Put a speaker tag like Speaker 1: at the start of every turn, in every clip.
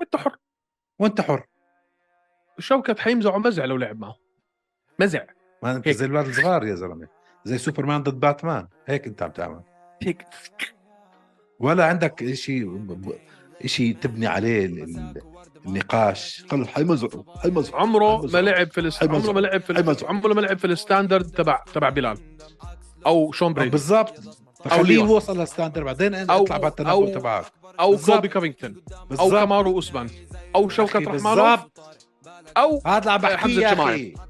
Speaker 1: وانت حر
Speaker 2: وانت حر
Speaker 1: شوكت حيمزعه مزع لو لعب معه مزع
Speaker 2: ما انت
Speaker 1: هيك.
Speaker 2: زي الولد الصغار يا زلمه زي سوبرمان ضد باتمان هيك انت عم تعمل
Speaker 1: هيك
Speaker 2: ولا عندك شيء شيء تبني عليه ال- ال- النقاش قال حيمزعوا حيمزعوا
Speaker 1: عمره ما
Speaker 2: حيمزعوا.
Speaker 1: لعب في الاس-
Speaker 2: حيمزعوا.
Speaker 1: عمره ما لعب في الاس-
Speaker 2: حيمزعوا.
Speaker 1: عمره ما لعب في الستاندرد تبع تبع بلال او شون بريدي
Speaker 2: بالضبط فخليه
Speaker 1: ليون.
Speaker 2: يوصل للستاندر بعدين انت
Speaker 1: أو-
Speaker 2: اطلع بالتنبؤ
Speaker 1: أو-
Speaker 2: تبعك
Speaker 1: او
Speaker 2: بالظبط.
Speaker 1: كوبي كافينغتون او
Speaker 2: بالظبط
Speaker 1: كامارو اوسمان او شوكت
Speaker 2: أخي،
Speaker 1: رحمانوف
Speaker 2: بالظبط.
Speaker 1: او
Speaker 2: هذا اللي
Speaker 1: حمزة
Speaker 2: عم بحكيه يا
Speaker 1: الجماعي.
Speaker 2: اخي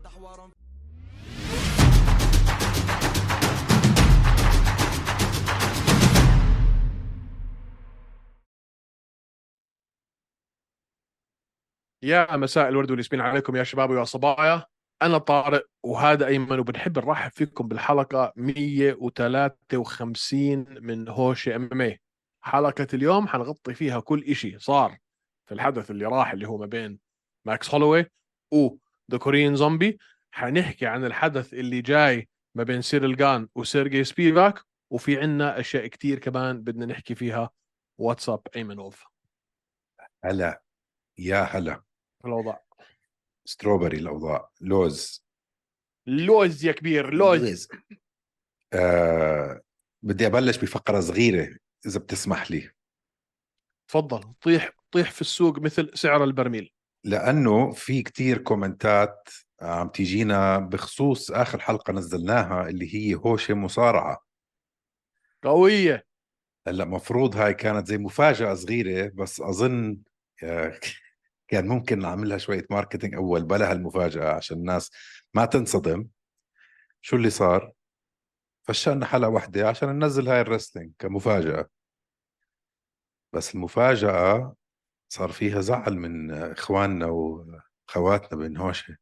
Speaker 1: يا مساء الورد والياسمين عليكم يا شباب ويا صبايا انا طارق وهذا ايمن وبنحب نرحب فيكم بالحلقه 153 من هوش ام ام حلقه اليوم حنغطي فيها كل إشي صار في الحدث اللي راح اللي هو ما بين ماكس هولوي و ذا كوريين زومبي حنحكي عن الحدث اللي جاي ما بين سيريل جان وسيرجي سبيفاك وفي عنا اشياء كتير كمان بدنا نحكي فيها واتساب ايمن وولف
Speaker 2: هلا يا هلا
Speaker 1: الوضع
Speaker 2: ستروبري الاوضاع لوز
Speaker 1: لوز يا كبير لوز
Speaker 2: آه بدي ابلش بفقره صغيره اذا بتسمح لي
Speaker 1: تفضل طيح طيح في السوق مثل سعر البرميل
Speaker 2: لانه في كتير كومنتات عم تيجينا بخصوص اخر حلقه نزلناها اللي هي هوشه مصارعه
Speaker 1: قوية
Speaker 2: هلا مفروض هاي كانت زي مفاجاه صغيره بس اظن آه، كان ممكن نعملها شويه ماركتينج اول بلا هالمفاجاه عشان الناس ما تنصدم شو اللي صار فشلنا حلقه واحده عشان ننزل هاي الرسلينج كمفاجاه بس المفاجاه صار فيها زعل من اخواننا واخواتنا بنهوشه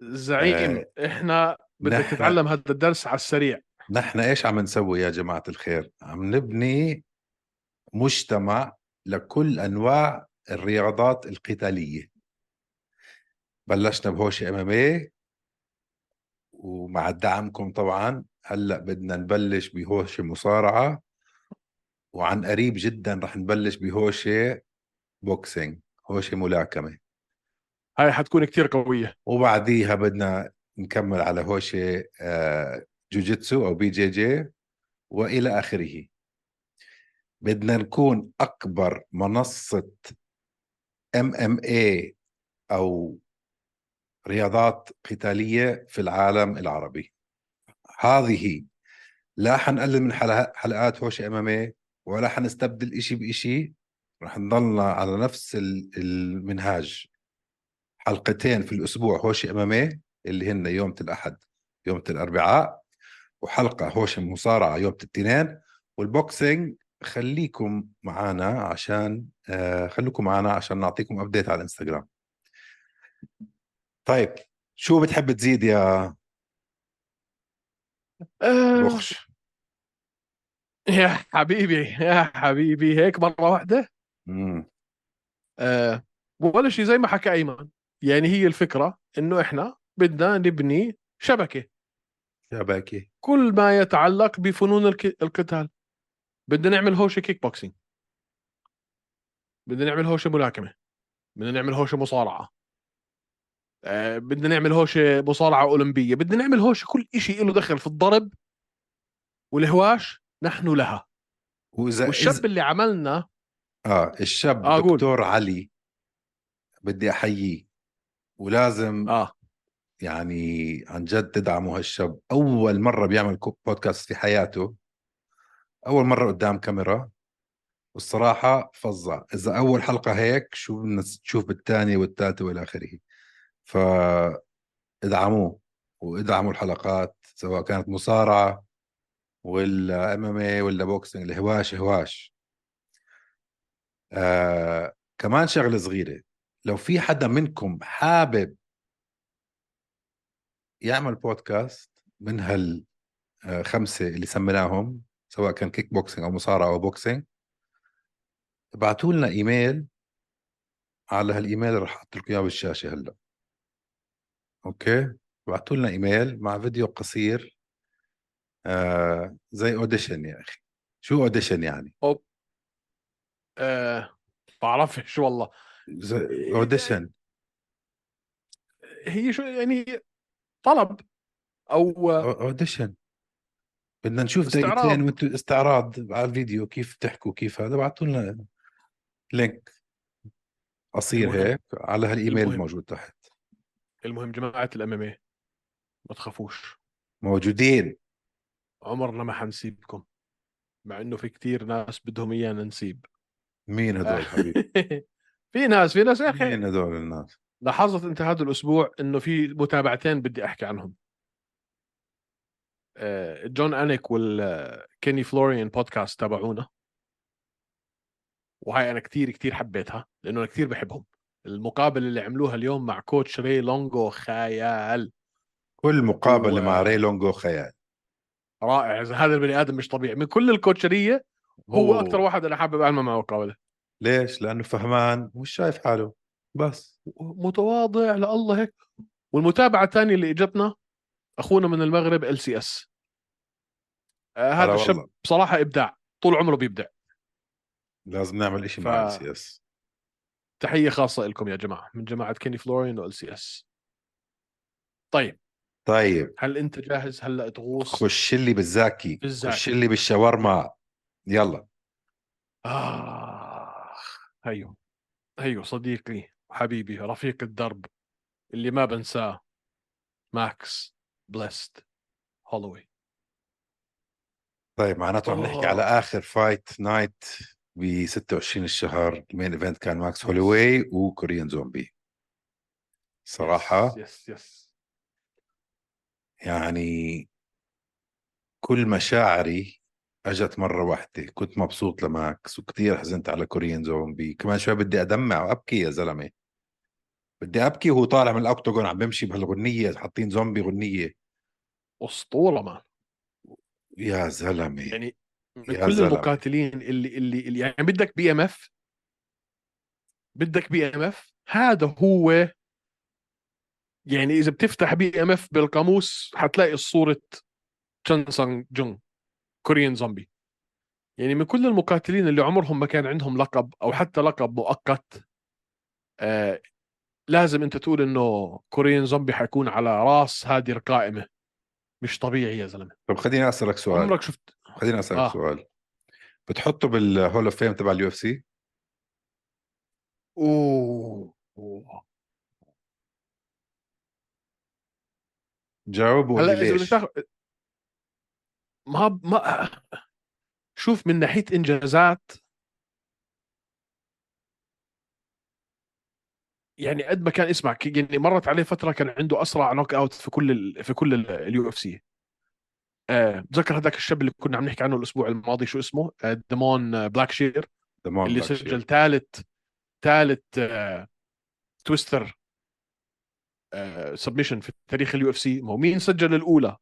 Speaker 1: زعيم احنا بدك
Speaker 2: نحن-
Speaker 1: تتعلم هذا الدرس على السريع
Speaker 2: نحن ايش عم نسوي يا جماعه الخير؟ عم نبني مجتمع لكل انواع الرياضات القتاليه. بلشنا بهوشي ام ام ومع دعمكم طبعا هلا بدنا نبلش بهوشي مصارعه وعن قريب جدا رح نبلش بهوشي بوكسينج هوشي ملاكمه
Speaker 1: هاي حتكون كتير قوية
Speaker 2: وبعديها بدنا نكمل على هوشي آه، جوجيتسو او بي جي جي والى اخره بدنا نكون اكبر منصه ام ام اي او إيه رياضات قتاليه في العالم العربي هذه لا حنقلل من حلقة- حلقات هوشي ام ام اي إيه ولا حنستبدل إشي بإشي رح نضلنا على نفس ال- المنهاج حلقتين في الاسبوع هوشي امامي إيه اللي هن يوم الاحد يوم الاربعاء وحلقه هوشي مصارعه يوم الاثنين والبوكسينج خليكم معنا عشان آه خليكم معنا عشان نعطيكم ابديت على الانستغرام طيب شو بتحب تزيد يا
Speaker 1: آه،
Speaker 2: بخش
Speaker 1: يا حبيبي يا حبيبي هيك مرة واحدة
Speaker 2: مم.
Speaker 1: آه، ولا شيء زي ما حكى ايمن يعني هي الفكرة انه احنا بدنا نبني شبكة
Speaker 2: يا باكي
Speaker 1: كل ما يتعلق بفنون الك- القتال بدنا نعمل هوشة كيك بوكسينج بدنا نعمل هوشة ملاكمة بدنا نعمل هوشة مصارعة آه، بدنا نعمل هوشة مصارعة أولمبية بدنا نعمل هوشة كل إشي له دخل في الضرب والهواش نحن لها
Speaker 2: واذا
Speaker 1: والشاب اللي عملنا
Speaker 2: اه الشاب
Speaker 1: آه،
Speaker 2: آه
Speaker 1: قول.
Speaker 2: دكتور علي بدي احييه ولازم
Speaker 1: آه
Speaker 2: يعني عن جد تدعموا هالشاب اول مره بيعمل كو- بودكاست في حياته اول مره قدام كاميرا والصراحه فظع اذا اول حلقه هيك شو بدنا تشوف بالثانيه والثالثه والى اخره ف ادعموه وادعموا الحلقات سواء كانت مصارعه ولا ام ام ولا بوكسنج الهواش هواش آه كمان شغله صغيره لو في حدا منكم حابب يعمل بودكاست من هالخمسه اللي سميناهم سواء كان كيك بوكسينج او مصارعه او بوكسينج ابعتوا لنا ايميل على هالايميل اللي رح احط لكم اياه بالشاشه هلا اوكي ابعتوا لنا ايميل مع فيديو قصير آه زي اوديشن يا اخي شو اوديشن يعني
Speaker 1: آه، بعرفش والله
Speaker 2: اوديشن
Speaker 1: هي شو يعني طلب آه، او
Speaker 2: اوديشن بدنا نشوف
Speaker 1: استعراض.
Speaker 2: دقيقتين وانتم استعراض على الفيديو كيف بتحكوا كيف هذا بعثوا لنا لينك قصير
Speaker 1: المهم.
Speaker 2: هيك على هالايميل
Speaker 1: المهم.
Speaker 2: الموجود تحت
Speaker 1: المهم جماعه الاماميه ما تخافوش
Speaker 2: موجودين
Speaker 1: عمرنا ما حنسيبكم مع انه في كتير ناس بدهم ايانا نسيب
Speaker 2: مين هدول حبيبي
Speaker 1: في ناس في ناس آه. يا اخي
Speaker 2: مين هدول الناس
Speaker 1: لاحظت انت هذا الاسبوع انه في متابعتين بدي احكي عنهم آه، جون انيك والكيني فلوريان بودكاست تابعونا وهاي انا كتير كتير حبيتها لانه انا كتير بحبهم المقابله اللي عملوها اليوم مع كوتش ري لونجو خيال
Speaker 2: كل مقابله
Speaker 1: و-
Speaker 2: مع ري لونجو خيال
Speaker 1: رائع إذا هذا البني ادم مش طبيعي من كل الكوتشريه هو
Speaker 2: أوه.
Speaker 1: اكثر واحد انا حابب اعمل معه مقابله
Speaker 2: ليش لانه فهمان ومش شايف حاله بس
Speaker 1: متواضع لله هيك والمتابعه الثانيه اللي اجتنا اخونا من المغرب ال سي اس آه، هذا
Speaker 2: هلا
Speaker 1: الشاب
Speaker 2: والله،
Speaker 1: بصراحه ابداع طول عمره بيبدع
Speaker 2: لازم نعمل شيء
Speaker 1: ف-
Speaker 2: مع السي اس
Speaker 1: تحيه خاصه لكم يا جماعه من جماعه كيني فلورين وال سي اس طيب
Speaker 2: طيب
Speaker 1: هل انت جاهز هلا تغوص
Speaker 2: خش لي بالزاكي
Speaker 1: بالزاكي.
Speaker 2: خش لي بالشاورما يلا
Speaker 1: آخ هيو هيو صديقي حبيبي رفيق الدرب اللي ما بنساه ماكس بليست هولوي
Speaker 2: طيب معناته عم نحكي
Speaker 1: آه.
Speaker 2: على اخر فايت نايت ب 26 الشهر المين ايفنت كان ماكس هولوي وكوريان زومبي صراحه
Speaker 1: يس يس
Speaker 2: يعني كل مشاعري اجت مره واحده كنت مبسوط لماكس وكتير حزنت على كوريان زومبي كمان شوي بدي ادمع وابكي يا زلمه بدي ابكي وهو طالع من الاوكتاجون عم بمشي بهالغنيه حاطين زومبي غنيه
Speaker 1: اسطوره مان
Speaker 2: يا زلمه
Speaker 1: يعني من
Speaker 2: يا
Speaker 1: كل
Speaker 2: زلمة.
Speaker 1: المقاتلين اللي اللي اللي يعني بدك بي ام اف بدك بي ام اف هذا هو يعني اذا بتفتح بي ام اف بالقاموس حتلاقي صوره تشان سانج جونغ كوريان زومبي يعني من كل المقاتلين اللي عمرهم ما كان عندهم لقب او حتى لقب مؤقت آه لازم انت تقول انه كوريان زومبي حيكون على راس هذه القائمه مش طبيعي يا زلمه
Speaker 2: طب خليني اسالك سؤال
Speaker 1: عمرك شفت
Speaker 2: خليني اسالك
Speaker 1: آه.
Speaker 2: آه. سؤال بتحطه بالهول اوف فيم تبع اليو اف سي
Speaker 1: اوه أوه.
Speaker 2: جاوب وقول
Speaker 1: هلا
Speaker 2: لي
Speaker 1: اذا بدك
Speaker 2: ليش
Speaker 1: تاخذ ما ما شوف من ناحيه انجازات يعني قد ما كان اسمع ك- يعني مرت عليه فتره كان عنده اسرع نوك اوت في كل ال في كل اليو اف سي بتذكر هذاك الشاب اللي كنا عم نحكي عنه الاسبوع الماضي شو اسمه آه، ديمون بلاك شير
Speaker 2: دمار
Speaker 1: اللي
Speaker 2: بلاك شير.
Speaker 1: سجل ثالث ثالث آه، تويستر سبمشن في تاريخ اليو اف سي ما هو مين سجل الاولى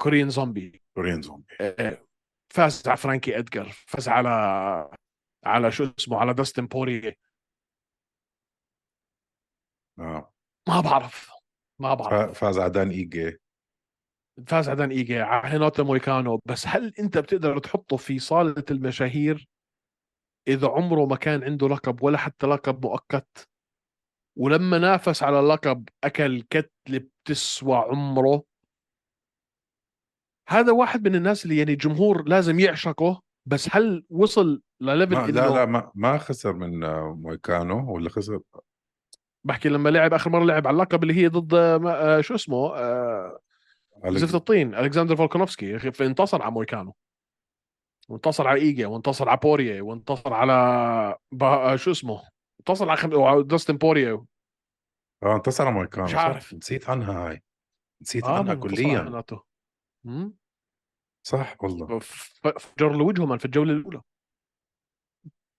Speaker 1: كوريان زومبي
Speaker 2: كوريان زومبي
Speaker 1: آه، فاز على فرانكي ادجر فاز على على شو اسمه على داستن بوري
Speaker 2: اه
Speaker 1: ما بعرف ما بعرف
Speaker 2: فا- فاز على دان ايجي
Speaker 1: فاز على دان ايجي على هيناتا مويكانو بس هل انت بتقدر تحطه في صاله المشاهير اذا عمره ما كان عنده لقب ولا حتى لقب مؤقت ولما نافس على اللقب اكل كتله بتسوى عمره هذا واحد من الناس اللي يعني الجمهور لازم يعشقه بس هل وصل لليفل
Speaker 2: ما
Speaker 1: انه
Speaker 2: لا لا ما, ما خسر من آه، مويكانو ولا خسر
Speaker 1: بحكي لما لعب اخر مره لعب على اللقب اللي هي ضد آه، ما- آه، شو اسمه آه،
Speaker 2: على
Speaker 1: زفت الطين الكسندر فولكانوفسكي يا أخي، انتصر على مويكانو وانتصر على ايجا وانتصر على بوريا وانتصر على با... آه، شو اسمه انتصر على خم... وعلى داستن بوريا
Speaker 2: اه انتصر على مويكانو
Speaker 1: مش
Speaker 2: صح.
Speaker 1: عارف.
Speaker 2: نسيت عنها هاي نسيت
Speaker 1: آه،
Speaker 2: عنها
Speaker 1: انتصر
Speaker 2: كليا
Speaker 1: على ناتو. مم.
Speaker 2: صح والله
Speaker 1: ف- فجر له وجهه من في الجوله الاولى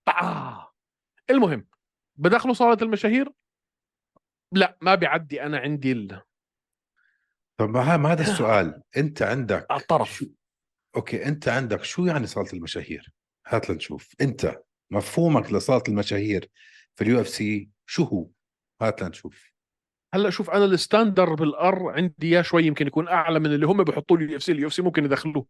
Speaker 1: آه. المهم بدخلوا صاله المشاهير لا ما بيعدي انا عندي ال-
Speaker 2: طب ما ها- ما هذا السؤال انت عندك
Speaker 1: الطرف
Speaker 2: شو اوكي انت عندك شو يعني صاله المشاهير هات لنشوف انت مفهومك لصاله المشاهير في اليو اف سي شو هو هات لنشوف
Speaker 1: هلا شوف انا الستاندر بالار عندي يا شوي يمكن يكون اعلى من اللي هم بيحطوه لي اف سي اليو اف سي ممكن يدخلوه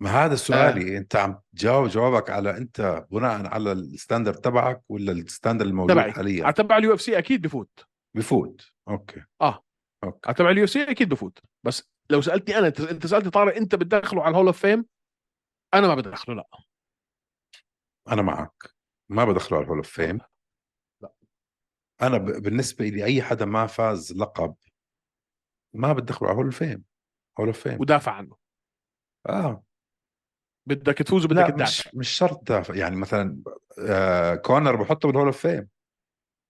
Speaker 2: ما هذا سؤالي آه. انت عم تجاوب جوابك على انت بناء على الستاندرد تبعك ولا الستاندرد الموجود
Speaker 1: تبعي.
Speaker 2: حاليا
Speaker 1: على تبع اليو اف سي اكيد بفوت
Speaker 2: بفوت اوكي
Speaker 1: آه.
Speaker 2: اوكي
Speaker 1: على تبع اليو اف سي اكيد بفوت بس لو سالتني انا انت- انت سالتني طارق انت بتدخله على الهول اوف فيم انا ما بدخله لا
Speaker 2: انا معك ما بدخله على الهول اوف فيم
Speaker 1: لا.
Speaker 2: انا ب... بالنسبه لي اي حدا ما فاز لقب ما بدخله على الهول اوف فيم هول اوف فيم
Speaker 1: ودافع عنه
Speaker 2: اه
Speaker 1: بدك تفوز وبدك
Speaker 2: لا
Speaker 1: تدافع
Speaker 2: مش مش شرط دافع يعني مثلا آه كونر بحطه بالهول اوف فيم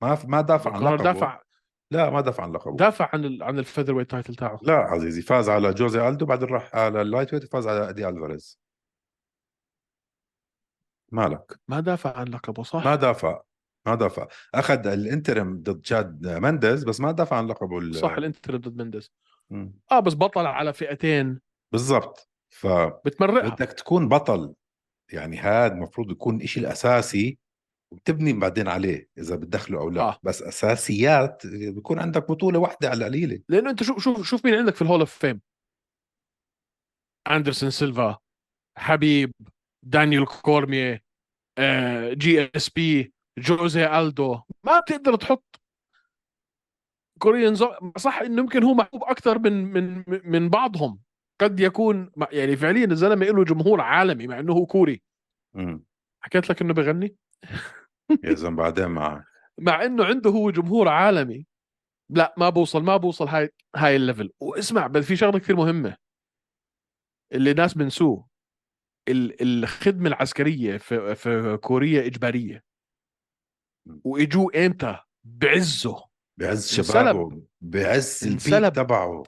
Speaker 2: ما ما دافع عن
Speaker 1: قرار
Speaker 2: لقبه
Speaker 1: دافع
Speaker 2: لا ما دافع عن لقبه
Speaker 1: دافع عن ال... عن الفيذر ويت تايتل تاعه
Speaker 2: لا عزيزي فاز على جوزي الدو بعدين راح على اللايت ويت فاز على ادي الفاريز مالك
Speaker 1: ما دافع عن لقبه صح
Speaker 2: ما دافع ما دافع اخذ الانترم ضد جاد مندز بس ما دافع عن لقبه ال-
Speaker 1: صح الانتر ضد مندز
Speaker 2: مم.
Speaker 1: اه بس بطل على فئتين
Speaker 2: بالضبط فبدك
Speaker 1: بتمرقها
Speaker 2: تكون بطل يعني هذا المفروض يكون الشيء الاساسي وبتبني بعدين عليه اذا بتدخله او لا
Speaker 1: آه.
Speaker 2: بس اساسيات بيكون عندك بطوله واحده على القليله
Speaker 1: لانه انت شوف شوف شوف مين عندك في الهول اوف فيم اندرسون سيلفا حبيب دانيال كورميه آه، جي اس بي جوزي الدو ما بتقدر تحط كوريان زو- صح انه يمكن هو محبوب اكثر من من من بعضهم قد يكون يعني فعليا الزلمه له جمهور عالمي مع انه هو كوري
Speaker 2: مم.
Speaker 1: حكيت لك انه بغني
Speaker 2: يا زلمه بعدين معك
Speaker 1: مع انه عنده هو جمهور عالمي لا ما بوصل ما بوصل هاي هاي الليفل واسمع بل في شغله كثير مهمه اللي ناس بنسوه ال- الخدمه العسكريه في, في كوريا اجباريه واجوا امتى بعزه
Speaker 2: بعز
Speaker 1: انسلب.
Speaker 2: شبابه بعز البيت
Speaker 1: انسلب.
Speaker 2: تبعه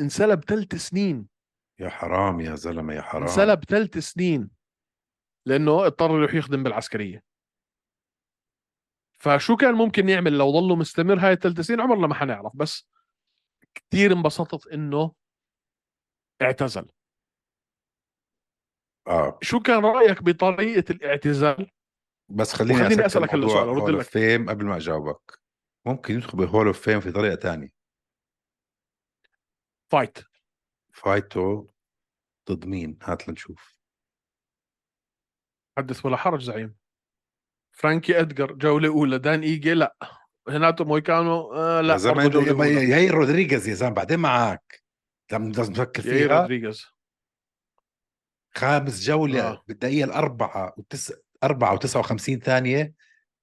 Speaker 1: انسلب ثلاث سنين
Speaker 2: يا حرام يا زلمه يا حرام
Speaker 1: انسلب ثلاث سنين لانه اضطر يروح يخدم بالعسكريه فشو كان ممكن يعمل لو ضله مستمر هاي الثلاث سنين عمرنا ما حنعرف بس كثير انبسطت انه اعتزل
Speaker 2: اه
Speaker 1: شو كان رايك بطريقه الاعتزال
Speaker 2: بس خليني
Speaker 1: وخليني
Speaker 2: أسكر
Speaker 1: أسألك هلا
Speaker 2: موضوع
Speaker 1: سؤال، أرد
Speaker 2: هول
Speaker 1: لك.
Speaker 2: اوف فيم قبل ما اجاوبك ممكن يدخل بالهول اوف فيم في طريقه تانية
Speaker 1: فايت
Speaker 2: فايته ضد مين هات لنشوف
Speaker 1: حدث ولا حرج زعيم فرانكي ادجر جوله اولى دان ايجي لا هناتو مويكانو آه
Speaker 2: يا
Speaker 1: لا
Speaker 2: زلمه
Speaker 1: برضه جولة
Speaker 2: يا-
Speaker 1: أولى.
Speaker 2: يا- يا رودريغيز يا زلمه بعدين معك لم لازم نفكر
Speaker 1: ياير
Speaker 2: فيها
Speaker 1: رودريغيز
Speaker 2: خامس جوله
Speaker 1: آه.
Speaker 2: بالدقيقه الاربعه وتس أربعة وتسعة وخمسين ثانية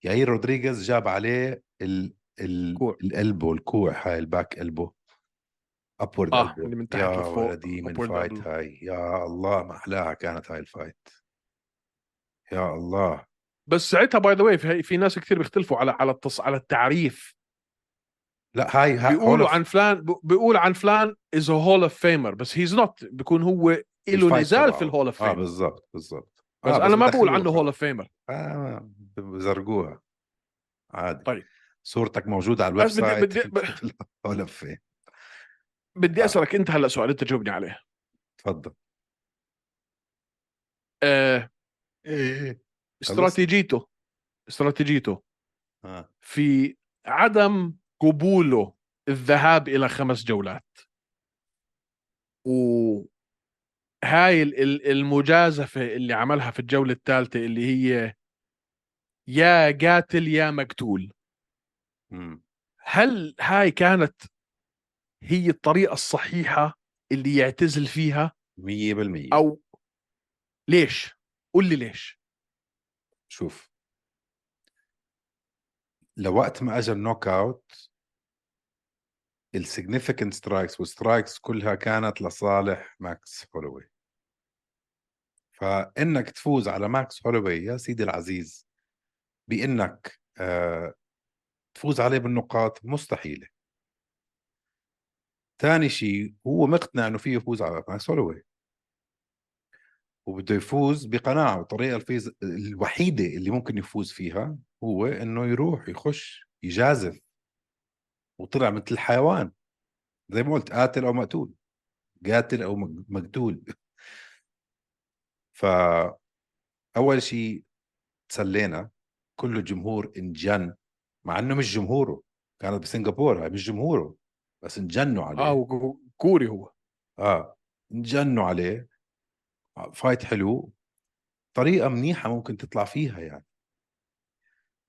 Speaker 2: ياير رودريغيز جاب عليه ال ال
Speaker 1: كوع.
Speaker 2: القلبه الكوع هاي الباك قلبه ابورد
Speaker 1: اه اللي من تحت
Speaker 2: يا
Speaker 1: لفوق
Speaker 2: ولدي من
Speaker 1: upward
Speaker 2: فايت
Speaker 1: elbow.
Speaker 2: هاي يا الله ما احلاها كانت هاي الفايت يا الله
Speaker 1: بس ساعتها باي ذا واي في, في ناس كثير بيختلفوا على على التص... على التعريف
Speaker 2: لا هاي هاي
Speaker 1: بيقولوا عن فلان ب- بيقول عن فلان از ا هول اوف فيمر بس هيز نوت بيكون هو له نزال في الهول اوف
Speaker 2: اه
Speaker 1: فيمر
Speaker 2: بالضبط بالضبط
Speaker 1: بس
Speaker 2: آه،
Speaker 1: انا ما بقول
Speaker 2: بدخلوه
Speaker 1: عنه هول اوف فيمر
Speaker 2: آه بزرقوها عادي
Speaker 1: طيب.
Speaker 2: صورتك موجودة على الويب
Speaker 1: بس بدي-
Speaker 2: سايت
Speaker 1: بدي- ب-
Speaker 2: ولا في
Speaker 1: بدي
Speaker 2: آه.
Speaker 1: اسالك انت هلا سؤال انت جاوبني عليه
Speaker 2: تفضل
Speaker 1: آه
Speaker 2: ايه
Speaker 1: استراتيجيته استراتيجيته
Speaker 2: آه.
Speaker 1: في عدم قبوله الذهاب الى خمس جولات وهاي ال- ال- المجازفه اللي عملها في الجوله الثالثه اللي هي يا قاتل يا مقتول
Speaker 2: مم.
Speaker 1: هل هاي كانت هي الطريقه الصحيحه اللي يعتزل فيها
Speaker 2: مية بالمية
Speaker 1: او ليش قل لي ليش
Speaker 2: شوف لوقت ما اجى النوك اوت السيجنيفيكنت سترايكس والسترايكس كلها كانت لصالح ماكس هولوي فانك تفوز على ماكس هولوي يا سيدي العزيز بانك آه تفوز عليه بالنقاط مستحيله ثاني شيء هو مقتنع انه فيه يفوز على ماكس هولوي وبده يفوز بقناعه والطريقه الفيز الوحيده اللي ممكن يفوز فيها هو انه يروح يخش يجازف وطلع مثل الحيوان زي ما قلت قاتل او مقتول قاتل او مق- مقتول ف اول شيء تسلينا كل الجمهور انجن مع انه مش جمهوره كانت بسنغافوره هاي مش جمهوره
Speaker 1: آه،
Speaker 2: بس انجنوا عليه
Speaker 1: اه وكو- كوري هو
Speaker 2: اه انجنوا آه، عليه فايت حلو طريقه منيحه ممكن تطلع فيها يعني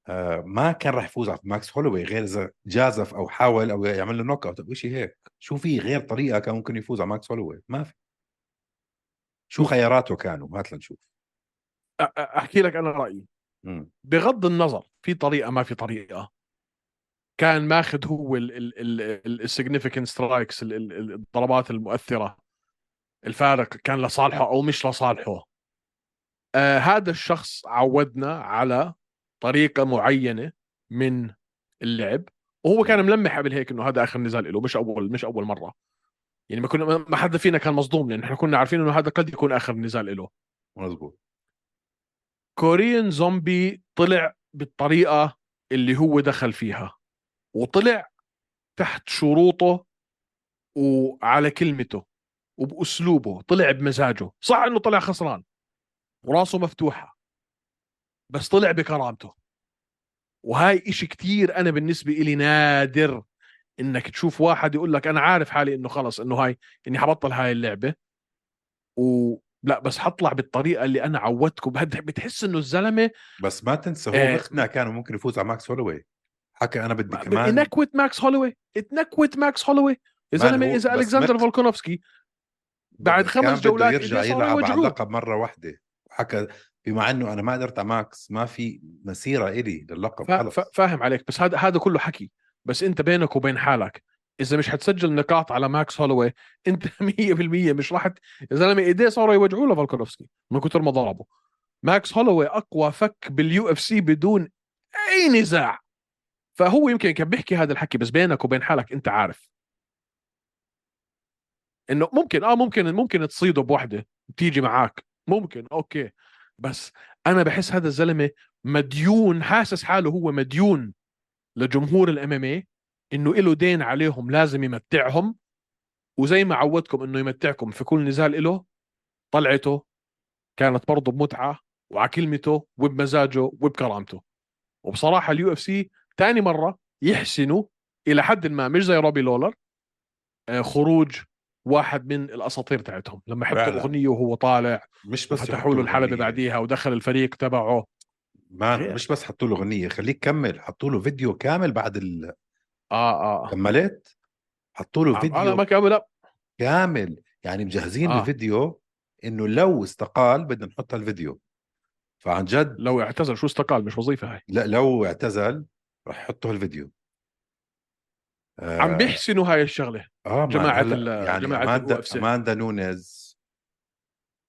Speaker 2: آه ما كان راح يفوز على ماكس هولوي غير اذا جازف او حاول او يعمل له نوك اوت او شيء هيك شو في غير طريقه كان ممكن يفوز على ماكس هولوي ما في شو خياراته كانوا هات لنشوف
Speaker 1: أ- أ- احكي لك انا رايي
Speaker 2: مم.
Speaker 1: بغض النظر في طريقه ما في طريقه كان ماخذ هو السيجنفكنت سترايكس الضربات المؤثره الفارق كان لصالحه او مش لصالحه آه هذا الشخص عودنا على طريقه معينه من اللعب وهو كان ملمح قبل هيك انه هذا اخر نزال له مش اول مش اول مره يعني ما كنا ما حدا فينا كان مصدوم لان احنا كنا عارفين انه هذا قد يكون اخر نزال له
Speaker 2: مزبوط
Speaker 1: كوريان زومبي طلع بالطريقة اللي هو دخل فيها وطلع تحت شروطه وعلى كلمته وبأسلوبه طلع بمزاجه صح أنه طلع خسران وراسه مفتوحة بس طلع بكرامته وهاي إشي كتير أنا بالنسبة إلي نادر إنك تشوف واحد يقول لك أنا عارف حالي إنه خلص إنه هاي إني حبطل هاي اللعبة و لا بس حطلع بالطريقه اللي انا عودتكم بهد- بتحس انه الزلمه
Speaker 2: بس ما تنسى هو
Speaker 1: آه.
Speaker 2: مقنع كان ممكن يفوز على ماكس هولوي حكى انا بدي كمان
Speaker 1: نكوت ماكس هولوي اتنكوت ماكس هولوي يا
Speaker 2: مان
Speaker 1: زلمه
Speaker 2: هو
Speaker 1: اذا
Speaker 2: بس
Speaker 1: الكسندر
Speaker 2: مت-
Speaker 1: فولكونوفسكي بعد
Speaker 2: بس
Speaker 1: خمس
Speaker 2: كان بده
Speaker 1: جولات
Speaker 2: يرجع
Speaker 1: إجا صار
Speaker 2: يلعب على
Speaker 1: يوجعوه.
Speaker 2: اللقب مره واحده وحكى بما انه انا ما قدرت على ماكس ما في مسيره الي للقب
Speaker 1: فا-
Speaker 2: خلص
Speaker 1: فا- فاهم عليك بس هذا هذا كله حكي بس انت بينك وبين حالك اذا مش حتسجل نقاط على ماكس هولوي انت 100% مش راح ت- يا زلمه ايديه صاروا يوجعوا له فولكونوفسكي من كثر ما ضربه ماكس هولوي اقوى فك باليو اف سي بدون اي نزاع فهو يمكن كان بيحكي هذا الحكي بس بينك وبين حالك انت عارف انه ممكن اه ممكن ممكن تصيده بوحده تيجي معاك ممكن اوكي بس انا بحس هذا الزلمه مديون حاسس حاله هو مديون لجمهور الام انه له دين عليهم لازم يمتعهم وزي ما عودكم انه يمتعكم في كل نزال له طلعته كانت برضه بمتعه وعلى كلمته وبمزاجه وبكرامته وبصراحه اليو اف سي ثاني مره يحسنوا الى حد ما مش زي روبي لولر آه، خروج واحد من الاساطير تاعتهم لما حطوا
Speaker 2: فعلا.
Speaker 1: اغنيه وهو طالع
Speaker 2: مش بس
Speaker 1: فتحوا
Speaker 2: يحطوا
Speaker 1: له الحلبه
Speaker 2: أغنية.
Speaker 1: بعديها ودخل الفريق تبعه
Speaker 2: مان
Speaker 1: غير.
Speaker 2: مش بس حطوا له اغنيه خليك كمل حطوا له فيديو كامل بعد ال...
Speaker 1: اه اه
Speaker 2: كملت حطوا له فيديو
Speaker 1: انا آه، ما كامل لا
Speaker 2: كامل يعني مجهزين
Speaker 1: آه.
Speaker 2: آه. الفيديو انه لو استقال بدنا نحط هالفيديو فعن جد
Speaker 1: لو اعتزل شو استقال مش وظيفه هاي
Speaker 2: لا لو اعتزل رح يحطوا هالفيديو آه
Speaker 1: عم بيحسنوا هاي الشغله
Speaker 2: آه مان،
Speaker 1: جماعة
Speaker 2: هلا
Speaker 1: ال-
Speaker 2: يعني
Speaker 1: جماعة ال
Speaker 2: اماندا
Speaker 1: UFC.
Speaker 2: اماندا نونيز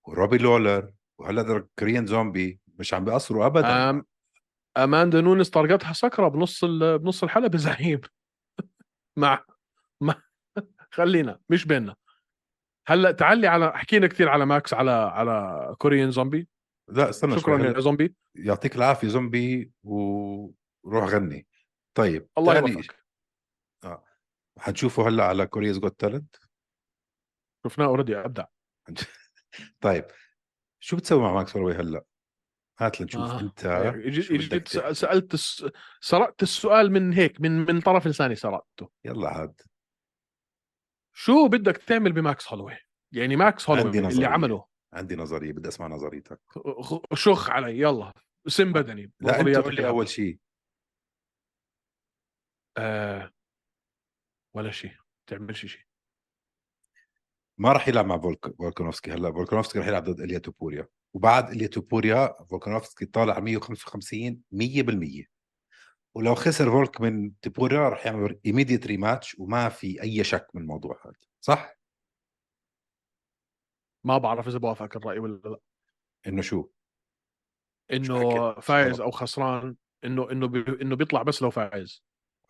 Speaker 2: وروبي لولر وهلا در- كوريان زومبي مش عم بيقصروا ابدا
Speaker 1: أم... اماندا نونس طرقتها سكره بنص ال... بنص الحلبه زعيم مع مع خلينا مش بيننا هلا تعلي على حكينا كثير على ماكس على على كوريين زومبي
Speaker 2: لا استنى شوي
Speaker 1: شكرا
Speaker 2: هلا
Speaker 1: يا زومبي
Speaker 2: يعطيك العافيه زومبي وروح غني طيب
Speaker 1: الله
Speaker 2: تاني
Speaker 1: يوفقك
Speaker 2: حنشوفه هلا على كوريز جوت تالنت
Speaker 1: شفناه اوريدي ابدع
Speaker 2: طيب شو بتسوي مع ماكس هولوي هلا؟ هات لنشوف
Speaker 1: آه.
Speaker 2: آه. انت شو بدك
Speaker 1: جيت
Speaker 2: تحكي؟
Speaker 1: سالت الس... سرقت السؤال من هيك من من طرف لساني سرقته
Speaker 2: يلا هات
Speaker 1: شو بدك تعمل بماكس هولوي يعني ماكس هولوي
Speaker 2: عندي
Speaker 1: اللي
Speaker 2: نظرية.
Speaker 1: عمله
Speaker 2: عندي نظريه بدي اسمع نظريتك
Speaker 1: خ- شخ علي يلا سم بدني
Speaker 2: لا انت
Speaker 1: نظرياتك
Speaker 2: قول لي
Speaker 1: لها.
Speaker 2: اول شيء
Speaker 1: آه ولا شيء تعمل شيء شيء
Speaker 2: ما راح يلعب مع فولك... فولكانوفسكي هلا فولكانوفسكي راح يلعب ضد اليا توبوريا وبعد اليا توبوريا فولكانوفسكي طالع 155 100% ولو خسر فولك من توبوريا راح يعمل ايميديت ريماتش وما في اي شك من الموضوع هذا صح؟
Speaker 1: ما بعرف اذا بوافقك الراي ولا لا
Speaker 2: انه شو؟
Speaker 1: انه
Speaker 2: حكيت؟
Speaker 1: فايز
Speaker 2: شو؟
Speaker 1: او خسران انه انه بي- انه بيطلع بس لو فايز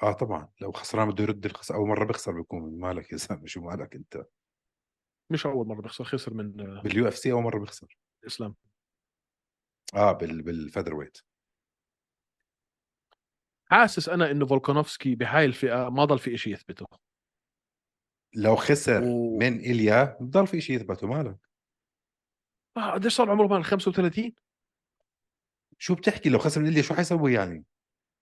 Speaker 2: اه طبعا لو خسران بده يرد الخسارة اول مره بخسر بيكون مالك يا زلمه شو مالك انت
Speaker 1: مش اول مره بيخسر خسر من آه،
Speaker 2: باليو اف سي اول مره بخسر
Speaker 1: اسلام
Speaker 2: اه بال بالفيذر ويت
Speaker 1: حاسس انا انه فولكانوفسكي بهاي الفئه ما ضل في إشي يثبته
Speaker 2: لو خسر
Speaker 1: و-
Speaker 2: من اليا بضل في شيء يثبته مالك
Speaker 1: آه، قديش صار عمره مان 35
Speaker 2: شو بتحكي لو خسر من اليا شو حيسوي يعني؟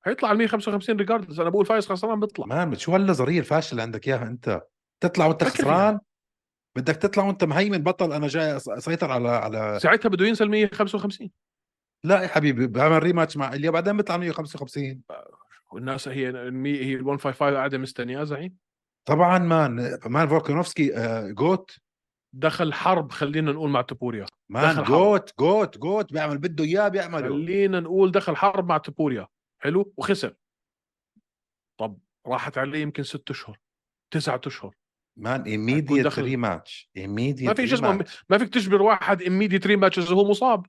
Speaker 1: هيطلع على 155 ريجاردز انا بقول فايز خسران بيطلع
Speaker 2: مان شو هالنظريه الفاشله اللي عندك اياها انت تطلع وانت
Speaker 1: فكر
Speaker 2: خسران بدك تطلع وانت مهيمن بطل انا جاي أس- اسيطر على على
Speaker 1: ساعتها بده ينزل 155
Speaker 2: لا يا حبيبي بعمل ريماتش مع اليا بعدين بيطلع 155
Speaker 1: والناس هي المية هي ال 155 قاعده مستنياه زعيم
Speaker 2: طبعا مان مان فولكانوفسكي آه، جوت
Speaker 1: دخل حرب خلينا نقول مع توبوريا
Speaker 2: مان
Speaker 1: دخل حرب.
Speaker 2: جوت جوت جوت بيعمل بده اياه بيعمله
Speaker 1: خلينا نقول دخل حرب مع توبوريا حلو وخسر طب راحت عليه يمكن ست اشهر تسعة اشهر
Speaker 2: مان
Speaker 1: هيكون
Speaker 2: ايميديت
Speaker 1: دخل.
Speaker 2: ريماتش ايميديت
Speaker 1: ما في شو اسمه ما فيك تجبر واحد اميدي تري ماتشز وهو مصاب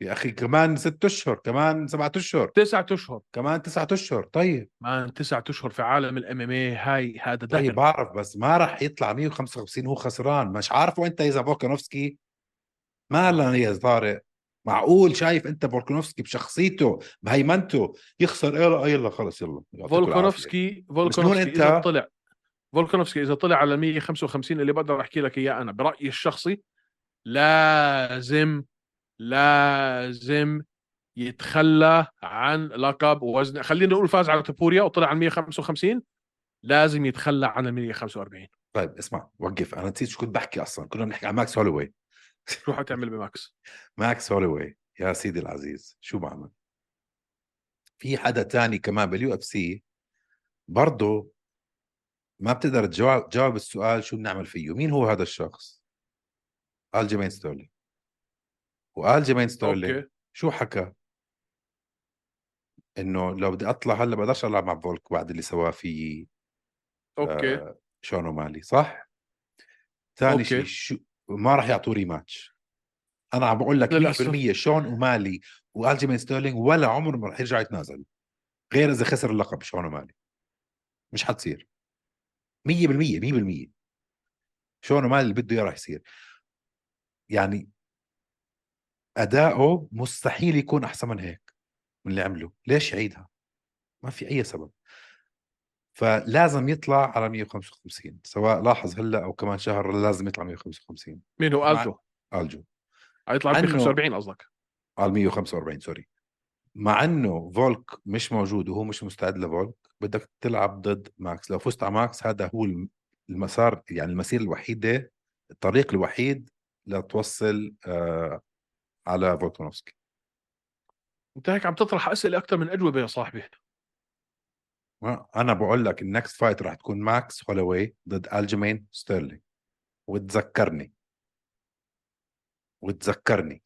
Speaker 2: يا اخي كمان ست اشهر كمان سبعة اشهر
Speaker 1: تسعة اشهر
Speaker 2: كمان تسعة اشهر طيب
Speaker 1: ما تسعة اشهر في عالم الام ام اي إيه. هاي هذا دهن
Speaker 2: طيب بعرف بس ما راح يطلع 155 هو خسران مش عارفه انت اذا فولكانوفسكي مالا يا طارق معقول شايف انت فولكانوفسكي بشخصيته بهيمنته يخسر يلا يلا خلص يلا يعطيكم العافية.
Speaker 1: فولكانوفسكي
Speaker 2: مجنون
Speaker 1: فولكانوفسكي اذا
Speaker 2: أنت.
Speaker 1: طلع فولكانوفسكي اذا طلع على 155 اللي بقدر احكي لك اياه انا برايي الشخصي لازم لازم يتخلى عن لقب وزن خلينا نقول فاز على تبوريا وطلع على 155 لازم يتخلى عن ال 145
Speaker 2: طيب اسمع وقف انا نسيت شو كنت بحكي اصلا كنا بنحكي عن ماكس هولوي
Speaker 1: شو حتعمل بماكس
Speaker 2: ماكس هولوي يا سيدي العزيز شو بعمل في حدا تاني كمان باليو اف سي برضه ما بتقدر تجاوب تجاوب السؤال شو بنعمل فيه مين هو هذا الشخص الجيمين ستيرلينج والجيمين ستيرلينج
Speaker 1: اوكي
Speaker 2: شو حكى انه لو بدي اطلع هلا بقدرش العب مع فولك بعد اللي سواه في
Speaker 1: اوكي
Speaker 2: آه شون مالي صح ثاني
Speaker 1: أوكي.
Speaker 2: شيء شو ما راح يعطوه ريماتش انا عم بقول لك
Speaker 1: للأسف.
Speaker 2: 100% شون ومالي والجيمين ستيرلينج ولا عمره ما راح يرجع يتنازل غير اذا خسر اللقب شون ومالي مش حتصير 100% 100% شون ومالي اللي بده اياه راح يصير يعني اداؤه مستحيل يكون احسن من هيك من اللي عمله ليش يعيدها ما في اي سبب فلازم يطلع على 155 سواء لاحظ هلا او كمان شهر لازم يطلع 155
Speaker 1: مين هو
Speaker 2: مع-
Speaker 1: التو؟
Speaker 2: الجو
Speaker 1: حيطلع
Speaker 2: عنه-
Speaker 1: 145 قصدك
Speaker 2: على 145 سوري مع انه فولك مش موجود وهو مش مستعد لفولك بدك تلعب ضد ماكس لو فزت على ماكس هذا هو الم- المسار يعني المسير الوحيده الطريق الوحيد لتوصل آه على فولكانوفسكي
Speaker 1: انت هيك عم تطرح اسئله اكثر من اجوبه يا صاحبي
Speaker 2: ما- انا بقول لك النكست فايت راح تكون ماكس هولوي ضد الجيمين ستيرلينج وتذكرني وتذكرني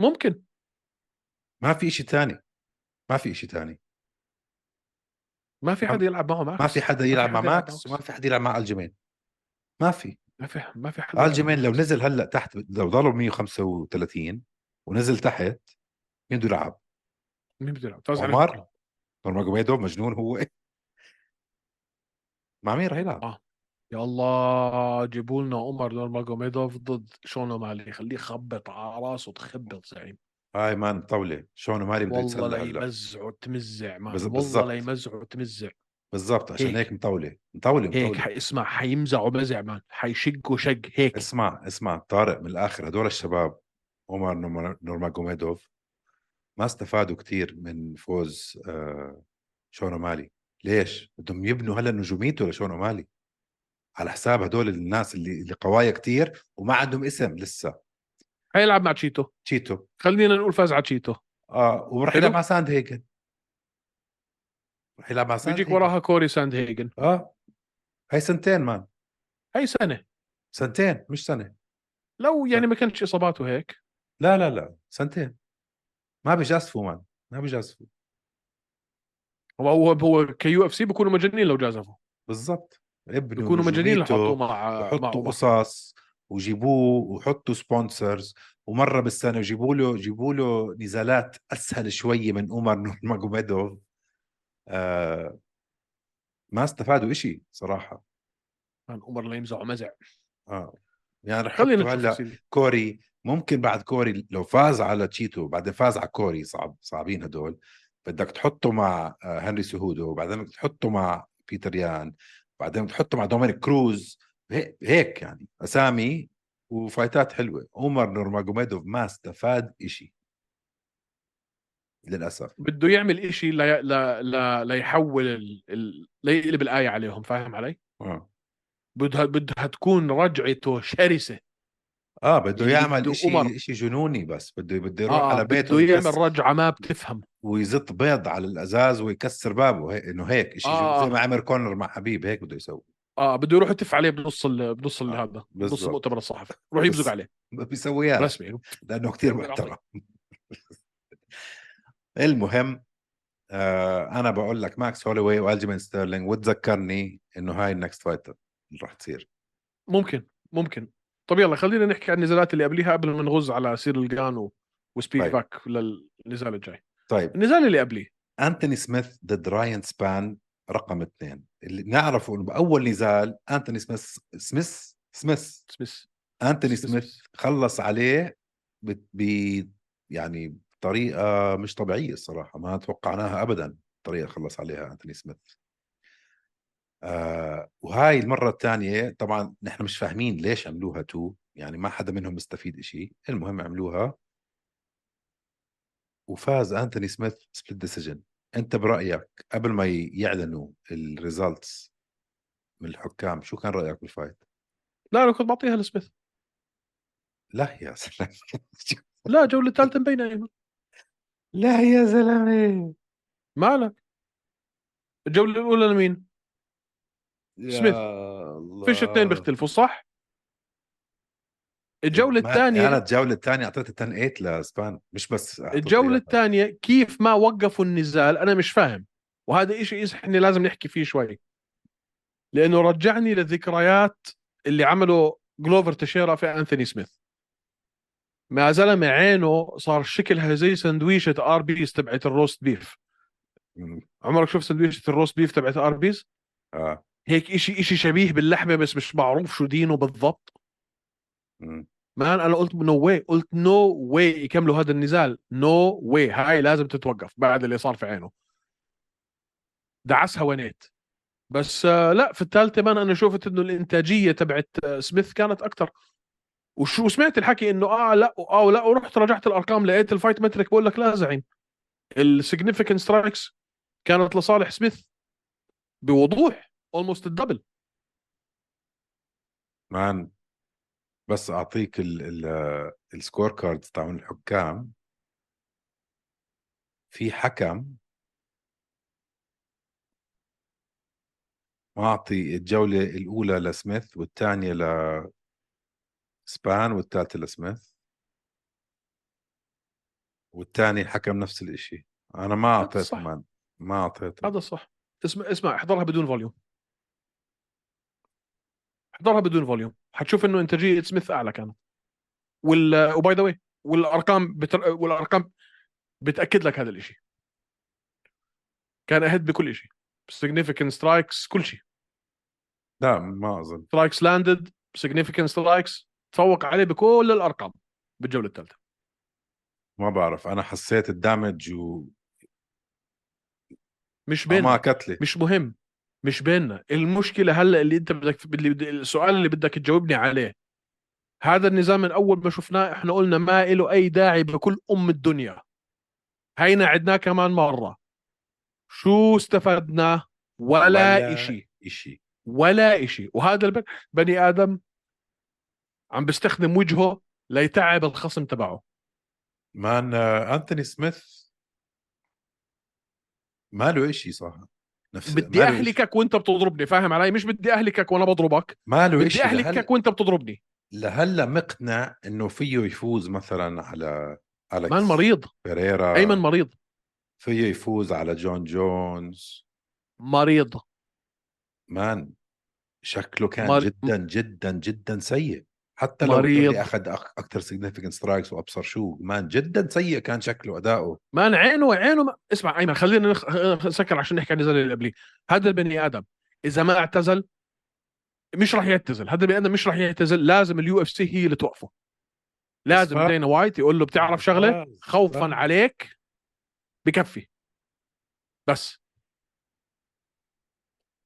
Speaker 1: ممكن
Speaker 2: ما في إشي تاني ما في إشي تاني
Speaker 1: ما في
Speaker 2: عم-
Speaker 1: حدا يلعب معه ماكس
Speaker 2: ما في حدا يلعب مع
Speaker 1: حدا يلعب
Speaker 2: ماكس
Speaker 1: مع
Speaker 2: وما في حدا يلعب مع الجيمين ما في
Speaker 1: ما في ما في حدا
Speaker 2: الجيمين لو نزل هلا تحت لو ضرب 135 ونزل تحت مين بده يلعب؟
Speaker 1: مين بده يلعب فاز عليه
Speaker 2: عمر؟
Speaker 1: كله.
Speaker 2: نورماجوميدوف مجنون هو مع مين رح يلعب؟
Speaker 1: آه. يا الله جيبوا لنا عمر نورماجوميدوف ضد شون مالي خليه يخبط على راسه تخبط زعيم
Speaker 2: هاي مان طاوله شون مالي بده
Speaker 1: والله
Speaker 2: يتسلى
Speaker 1: لا
Speaker 2: هلا
Speaker 1: يمزع وتمزع مان
Speaker 2: بز-
Speaker 1: والله
Speaker 2: بالزبط.
Speaker 1: لا يمزع وتمزع
Speaker 2: بالضبط عشان
Speaker 1: هيك.
Speaker 2: هيك مطاوله مطاوله
Speaker 1: هيك
Speaker 2: مطاوله
Speaker 1: حي... اسمع حيمزعوا مزع مان حيشقوا شق هيك
Speaker 2: اسمع اسمع طارق من الاخر هدول الشباب عمر نورما- نورماجوميدوف ما استفادوا كثير من فوز آه، شون اومالي ليش؟ بدهم يبنوا هلا نجوميته لشون اومالي على حساب هدول الناس اللي اللي قوايا كثير وما عندهم اسم لسه
Speaker 1: حيلعب مع تشيتو
Speaker 2: تشيتو
Speaker 1: خلينا نقول فاز على تشيتو
Speaker 2: اه ورح
Speaker 1: حلو.
Speaker 2: يلعب مع ساند هيجن رح يلعب مع ساند
Speaker 1: بيجيك
Speaker 2: هيجن.
Speaker 1: وراها كوري ساند هيجن
Speaker 2: اه هاي سنتين مان
Speaker 1: هاي سنه
Speaker 2: سنتين مش سنه
Speaker 1: لو يعني ما كانتش اصاباته هيك
Speaker 2: لا لا لا سنتين ما بيجازفوا مان ما بيجازفوا
Speaker 1: هو هو هو كيو اف سي بيكونوا مجانين لو جازفوا
Speaker 2: بالضبط ابنوا
Speaker 1: بيكونوا مجانين
Speaker 2: نجوميته.
Speaker 1: لحطوه مع مع
Speaker 2: وحطوا
Speaker 1: عمر.
Speaker 2: قصص وجيبوه وحطوا سبونسرز ومره بالسنه جيبوا له جيبوا له نزالات اسهل شويه من عمر نورماجوميدوف آه ما استفادوا إشي صراحه
Speaker 1: مان عمر لا يمزعوا مزع
Speaker 2: اه يعني رح
Speaker 1: خلينا
Speaker 2: يحطوا
Speaker 1: نشوف
Speaker 2: هلا
Speaker 1: سيدي.
Speaker 2: كوري ممكن بعد كوري لو فاز على تشيتو بعدين فاز على كوري صعب صعبين هدول بدك تحطه مع آه، هنري سهودو وبعدين بدك تحطه مع بيتر يان وبعدين بدك تحطه مع دومينيك كروز هيك- هيك يعني اسامي وفايتات حلوه عمر نورماجوميدوف ما استفاد إشي للاسف
Speaker 1: بده يعمل إشي لا لا لا ليحول ال... ال... ليقلب الآية عليهم فاهم علي؟
Speaker 2: آه.
Speaker 1: بدها بدها تكون رجعته شرسه
Speaker 2: اه بده
Speaker 1: يعني
Speaker 2: يعمل
Speaker 1: بده
Speaker 2: شيء
Speaker 1: أمر.
Speaker 2: شيء جنوني بس بده بده يروح
Speaker 1: آه
Speaker 2: على بيته
Speaker 1: بده يعمل
Speaker 2: ويكسر-
Speaker 1: رجعه ما بتفهم
Speaker 2: ويزت بيض على الازاز ويكسر بابه هي انه هيك شيء
Speaker 1: آه.
Speaker 2: زي ما عمر كونر مع حبيب هيك بده يسوي
Speaker 1: اه بده يروح يتف عليه بنص ال... بنص ال-
Speaker 2: آه،
Speaker 1: هذا بنص
Speaker 2: بالضبط.
Speaker 1: المؤتمر الصحفي يروح يبزق
Speaker 2: بس-
Speaker 1: عليه
Speaker 2: ما بيسويها
Speaker 1: رسمي
Speaker 2: لانه كثير
Speaker 1: بيعطي.
Speaker 2: محترم المهم آه انا بقول لك ماكس هولوي والجيمين ستيرلينج وتذكرني انه هاي النكست فايتر اللي رح تصير
Speaker 1: ممكن ممكن طب يلا خلينا نحكي عن النزالات اللي قبليها قبل ما نغز على سير الجان و... وسبيك
Speaker 2: طيب.
Speaker 1: باك للنزال الجاي
Speaker 2: طيب
Speaker 1: النزال اللي قبليه
Speaker 2: انتوني سميث ضد راين سبان رقم اثنين اللي نعرفه انه باول نزال انتوني سميث سميث سميث
Speaker 1: سميث
Speaker 2: انتوني
Speaker 1: سميث-
Speaker 2: سميث
Speaker 1: سميث.
Speaker 2: خلص عليه ب... ب... يعني بطريقه مش طبيعيه الصراحه ما توقعناها ابدا الطريقه اللي خلص عليها انتوني سميث آه وهاي المره الثانيه طبعا نحن مش فاهمين ليش عملوها تو يعني ما حدا منهم مستفيد إشي المهم عملوها وفاز انتوني سميث سبليت ديسيجن انت برايك قبل ما ي- يعلنوا الريزلتس من الحكام شو كان رايك بالفايت
Speaker 1: لا انا كنت بعطيها لسميث
Speaker 2: لا يا سلام
Speaker 1: لا جوله الثالثه مبينه ايمن
Speaker 2: لا يا زلمه
Speaker 1: مالك الجوله الاولى لمين؟ سميث. فيش اثنين بيختلفوا صح؟ الجوله الثانيه
Speaker 2: كانت الجوله الثانيه اعطيت 10 8 لسبان مش بس أعطيت
Speaker 1: الجولة
Speaker 2: إياها.
Speaker 1: الثانية كيف ما وقفوا النزال أنا مش فاهم وهذا إشي يسحني لازم نحكي فيه شوي لأنه رجعني للذكريات اللي عمله جلوفر تشيرا في أنثوني سميث ما زلمة عينه صار شكلها زي سندويشة أربيز تبعت الروست بيف
Speaker 2: مم.
Speaker 1: عمرك شفت سندويشة الروست بيف تبعت أربيز
Speaker 2: اه
Speaker 1: هيك إشي إشي شبيه باللحمة بس مش معروف شو دينه بالضبط
Speaker 2: مم.
Speaker 1: مان انا قلت نو واي قلت نو واي يكملوا هذا النزال نو واي هاي لازم تتوقف بعد اللي صار في عينه دعسها ونيت بس آه، لا في الثالثه مان انا شفت انه الانتاجيه تبعت آه، سميث كانت اكثر وشو سمعت الحكي انه اه لا اه لا ورحت رجعت الارقام لقيت الفايت مترك بقول لك لا زعيم السيجنفكنت سترايكس كانت لصالح سميث بوضوح اولموست الدبل
Speaker 2: مان بس اعطيك ال ال السكور كاردز تاعون الحكام في حكم معطي الجولة الأولى لسميث والثانية لسبان والثالثة لسميث والثاني الحكم نفس الإشي أنا ما أعطيت
Speaker 1: صح.
Speaker 2: مان ما أعطيت
Speaker 1: هذا صح اسمع اسمع احضرها بدون فوليوم احضرها بدون فوليوم حتشوف انه انتاجيه سميث اعلى كانت وال oh, وباي ذا واي والارقام بتر... والارقام بتاكد لك هذا الشيء كان اهد بكل شيء significant سترايكس كل شيء
Speaker 2: لا ما أظن
Speaker 1: سترايكس لاندد significant سترايكس تفوق عليه بكل الارقام بالجوله الثالثه
Speaker 2: ما بعرف أنا حسيت الدامج و
Speaker 1: مش بين
Speaker 2: ما كتلة
Speaker 1: مش مهم مش بيننا المشكله هلا اللي انت بدك اللي بدي- السؤال اللي بدك تجاوبني عليه هذا النظام من اول ما شفناه احنا قلنا ما له اي داعي بكل ام الدنيا هينا عدناه كمان مره شو استفدنا ولا,
Speaker 2: ولا
Speaker 1: ولا إشي
Speaker 2: إشي
Speaker 1: ولا إشي وهذا الب... بني آدم عم بيستخدم وجهه ليتعب الخصم تبعه
Speaker 2: مان آه، أنتوني سميث ما له إشي صح نفس
Speaker 1: بدي
Speaker 2: ما له إشي.
Speaker 1: أهلكك وأنت بتضربني فاهم علي مش بدي أهلكك وأنا بضربك
Speaker 2: ما له
Speaker 1: بدي
Speaker 2: إشي لهلا-
Speaker 1: أهلكك وأنت بتضربني
Speaker 2: لهلا مقنع انه فيه يفوز مثلا على اليكس
Speaker 1: مان مريض
Speaker 2: بيريرا
Speaker 1: أيمن مريض
Speaker 2: فيه يفوز على جون جونز
Speaker 1: مريض
Speaker 2: مان شكله كان
Speaker 1: مر-
Speaker 2: جدا جدا جدا سيء حتى لو
Speaker 1: مريض.
Speaker 2: اللي اخذ اكثر سيجنفكنت سترايكس وابصر شو مان جدا سيء كان شكله اداؤه
Speaker 1: مان عينه عينه ما... اسمع ايمن خلينا نخ... نسكر عشان نحكي عن النزال اللي قبليه هذا البني ادم اذا ما اعتزل مش راح يعتزل هذا البني ادم مش راح يعتزل لازم اليو اف سي هي اللي توقفه لازم
Speaker 2: اسمع.
Speaker 1: دينا وايت يقول له بتعرف شغله خوفا عليك بكفي بس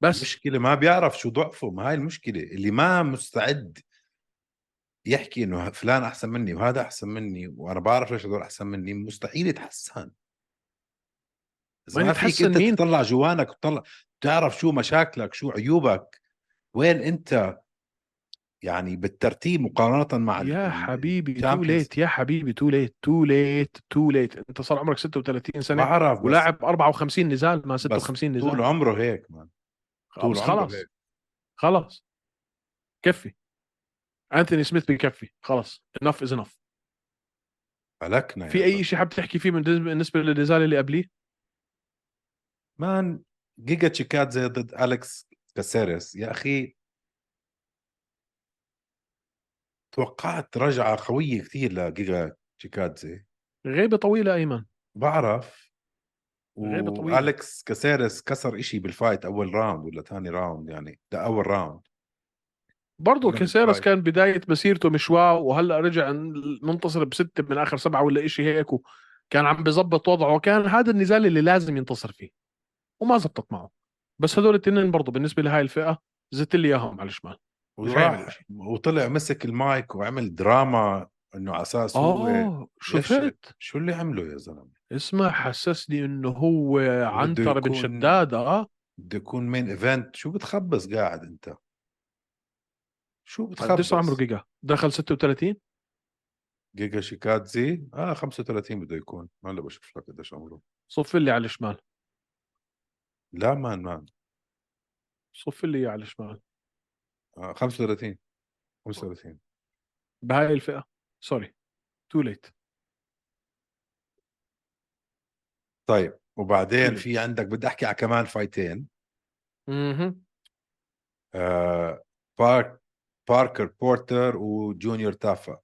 Speaker 1: بس
Speaker 2: المشكله ما بيعرف شو ضعفه ما هاي المشكله اللي ما مستعد يحكي انه فلان احسن مني وهذا احسن مني وانا بعرف ليش هدول احسن مني مستحيل يتحسن اذا
Speaker 1: وين
Speaker 2: ما فيك
Speaker 1: يتحسن
Speaker 2: انت
Speaker 1: مين؟
Speaker 2: تطلع جوانك وتطلع تعرف شو مشاكلك شو عيوبك وين انت يعني بالترتيب مقارنه مع ال-
Speaker 1: يا
Speaker 2: ال-
Speaker 1: حبيبي تو
Speaker 2: Champions.
Speaker 1: ليت يا حبيبي تو ليت تو ليت تو ليت انت صار عمرك 36 سنه
Speaker 2: بعرف بس
Speaker 1: ولاعب 54 نزال ما 56
Speaker 2: طول
Speaker 1: نزال
Speaker 2: عمره هيك مان طول
Speaker 1: بس
Speaker 2: عمره
Speaker 1: خلص
Speaker 2: هيك.
Speaker 1: خلص كفي انثوني سميث بكفي خلص انف از انف
Speaker 2: هلكنا
Speaker 1: في
Speaker 2: يا
Speaker 1: اي
Speaker 2: زلمة.
Speaker 1: شيء حاب تحكي فيه من- بالنسبه للنزال اللي قبليه
Speaker 2: مان جيجا تشيكادزي ضد اليكس كاسيرس يا اخي توقعت رجعه قويه كثير لجيجا تشيكادزي
Speaker 1: غيبه طويله ايمن
Speaker 2: بعرف
Speaker 1: غيبة طويلة.
Speaker 2: واليكس كاسيرس كسر إشي بالفايت اول راوند ولا ثاني راوند يعني ده اول راوند
Speaker 1: برضه
Speaker 2: أنا
Speaker 1: كاسيرس
Speaker 2: بالرأي.
Speaker 1: كان بدايه مسيرته مش واو وهلا رجع منتصر بسته من اخر سبعه ولا إشي هيك وكان عم بظبط وضعه كان هذا النزال اللي لازم ينتصر فيه وما زبطت معه بس هدول التنين برضه بالنسبه لهاي الفئه زدت لي اياهم على الشمال مش حيعمل
Speaker 2: وراح وطلع مسك المايك وعمل دراما انه على اساس هو
Speaker 1: اه شفت
Speaker 2: شو اللي عمله يا زلمه
Speaker 1: اسمع حسسني انه هو عنتر بن
Speaker 2: يكون-
Speaker 1: شداد اه
Speaker 2: بده يكون مين ايفنت شو بتخبص قاعد انت شو
Speaker 1: قديش
Speaker 2: بتخبص
Speaker 1: صار عمره جيجا دخل 36
Speaker 2: جيجا شيكادزي اه 35 بده يكون ما هلا بشوف لك قديش عمره
Speaker 1: صف لي على الشمال
Speaker 2: لا مان مان
Speaker 1: صف لي إياه على الشمال
Speaker 2: آه 35 35
Speaker 1: بهاي الفئه سوري تو ليت
Speaker 2: طيب وبعدين
Speaker 1: حلو.
Speaker 2: في عندك بدي احكي على كمان فايتين
Speaker 1: اها
Speaker 2: آه بارك باركر بورتر وجونيور تافا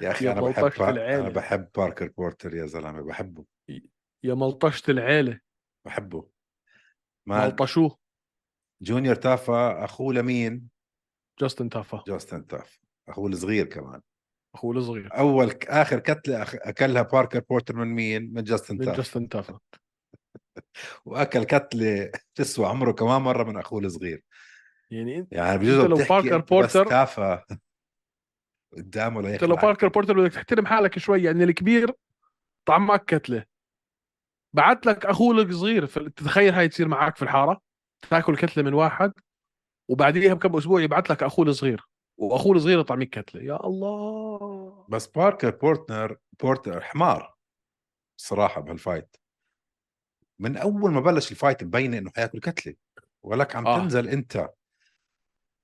Speaker 2: يا اخي
Speaker 1: يا
Speaker 2: انا بحب
Speaker 1: بلطشة
Speaker 2: بار-
Speaker 1: العيلة.
Speaker 2: انا بحب باركر بورتر يا زلمه بحبه
Speaker 1: يا ملطشة العيلة
Speaker 2: بحبه مان
Speaker 1: ملطشوه
Speaker 2: جونيور تافا اخوه لمين؟
Speaker 1: جاستن تافا
Speaker 2: جاستن تافا اخوه الصغير كمان
Speaker 1: اخوه الصغير
Speaker 2: اول ك- اخر كتله أخ- اكلها باركر بورتر من مين؟ من جاستن
Speaker 1: من
Speaker 2: تاف
Speaker 1: جاستن تافا
Speaker 2: واكل كتله تسوى عمره كمان مره من اخوه الصغير
Speaker 1: يعني انت
Speaker 2: يعني بجوز
Speaker 1: لو
Speaker 2: بتحكي
Speaker 1: باركر
Speaker 2: أنت بس
Speaker 1: بورتر-
Speaker 2: تافه قدامه ليخلع
Speaker 1: أنت لو باركر بورتر بدك تحترم حالك شوي يعني الكبير طعمك كتلة بعت لك اخوه الصغير في- تتخيل هاي تصير معك في الحارة تاكل كتلة من واحد وبعديها بكم اسبوع يبعت لك اخوه الصغير واخوه الصغير يطعميك كتلة يا الله
Speaker 2: بس باركر بورتنر بورتر حمار صراحه بهالفايت من اول ما بلش الفايت مبينه انه حياكل كتله ولك عم
Speaker 1: آه.
Speaker 2: آه. تنزل انت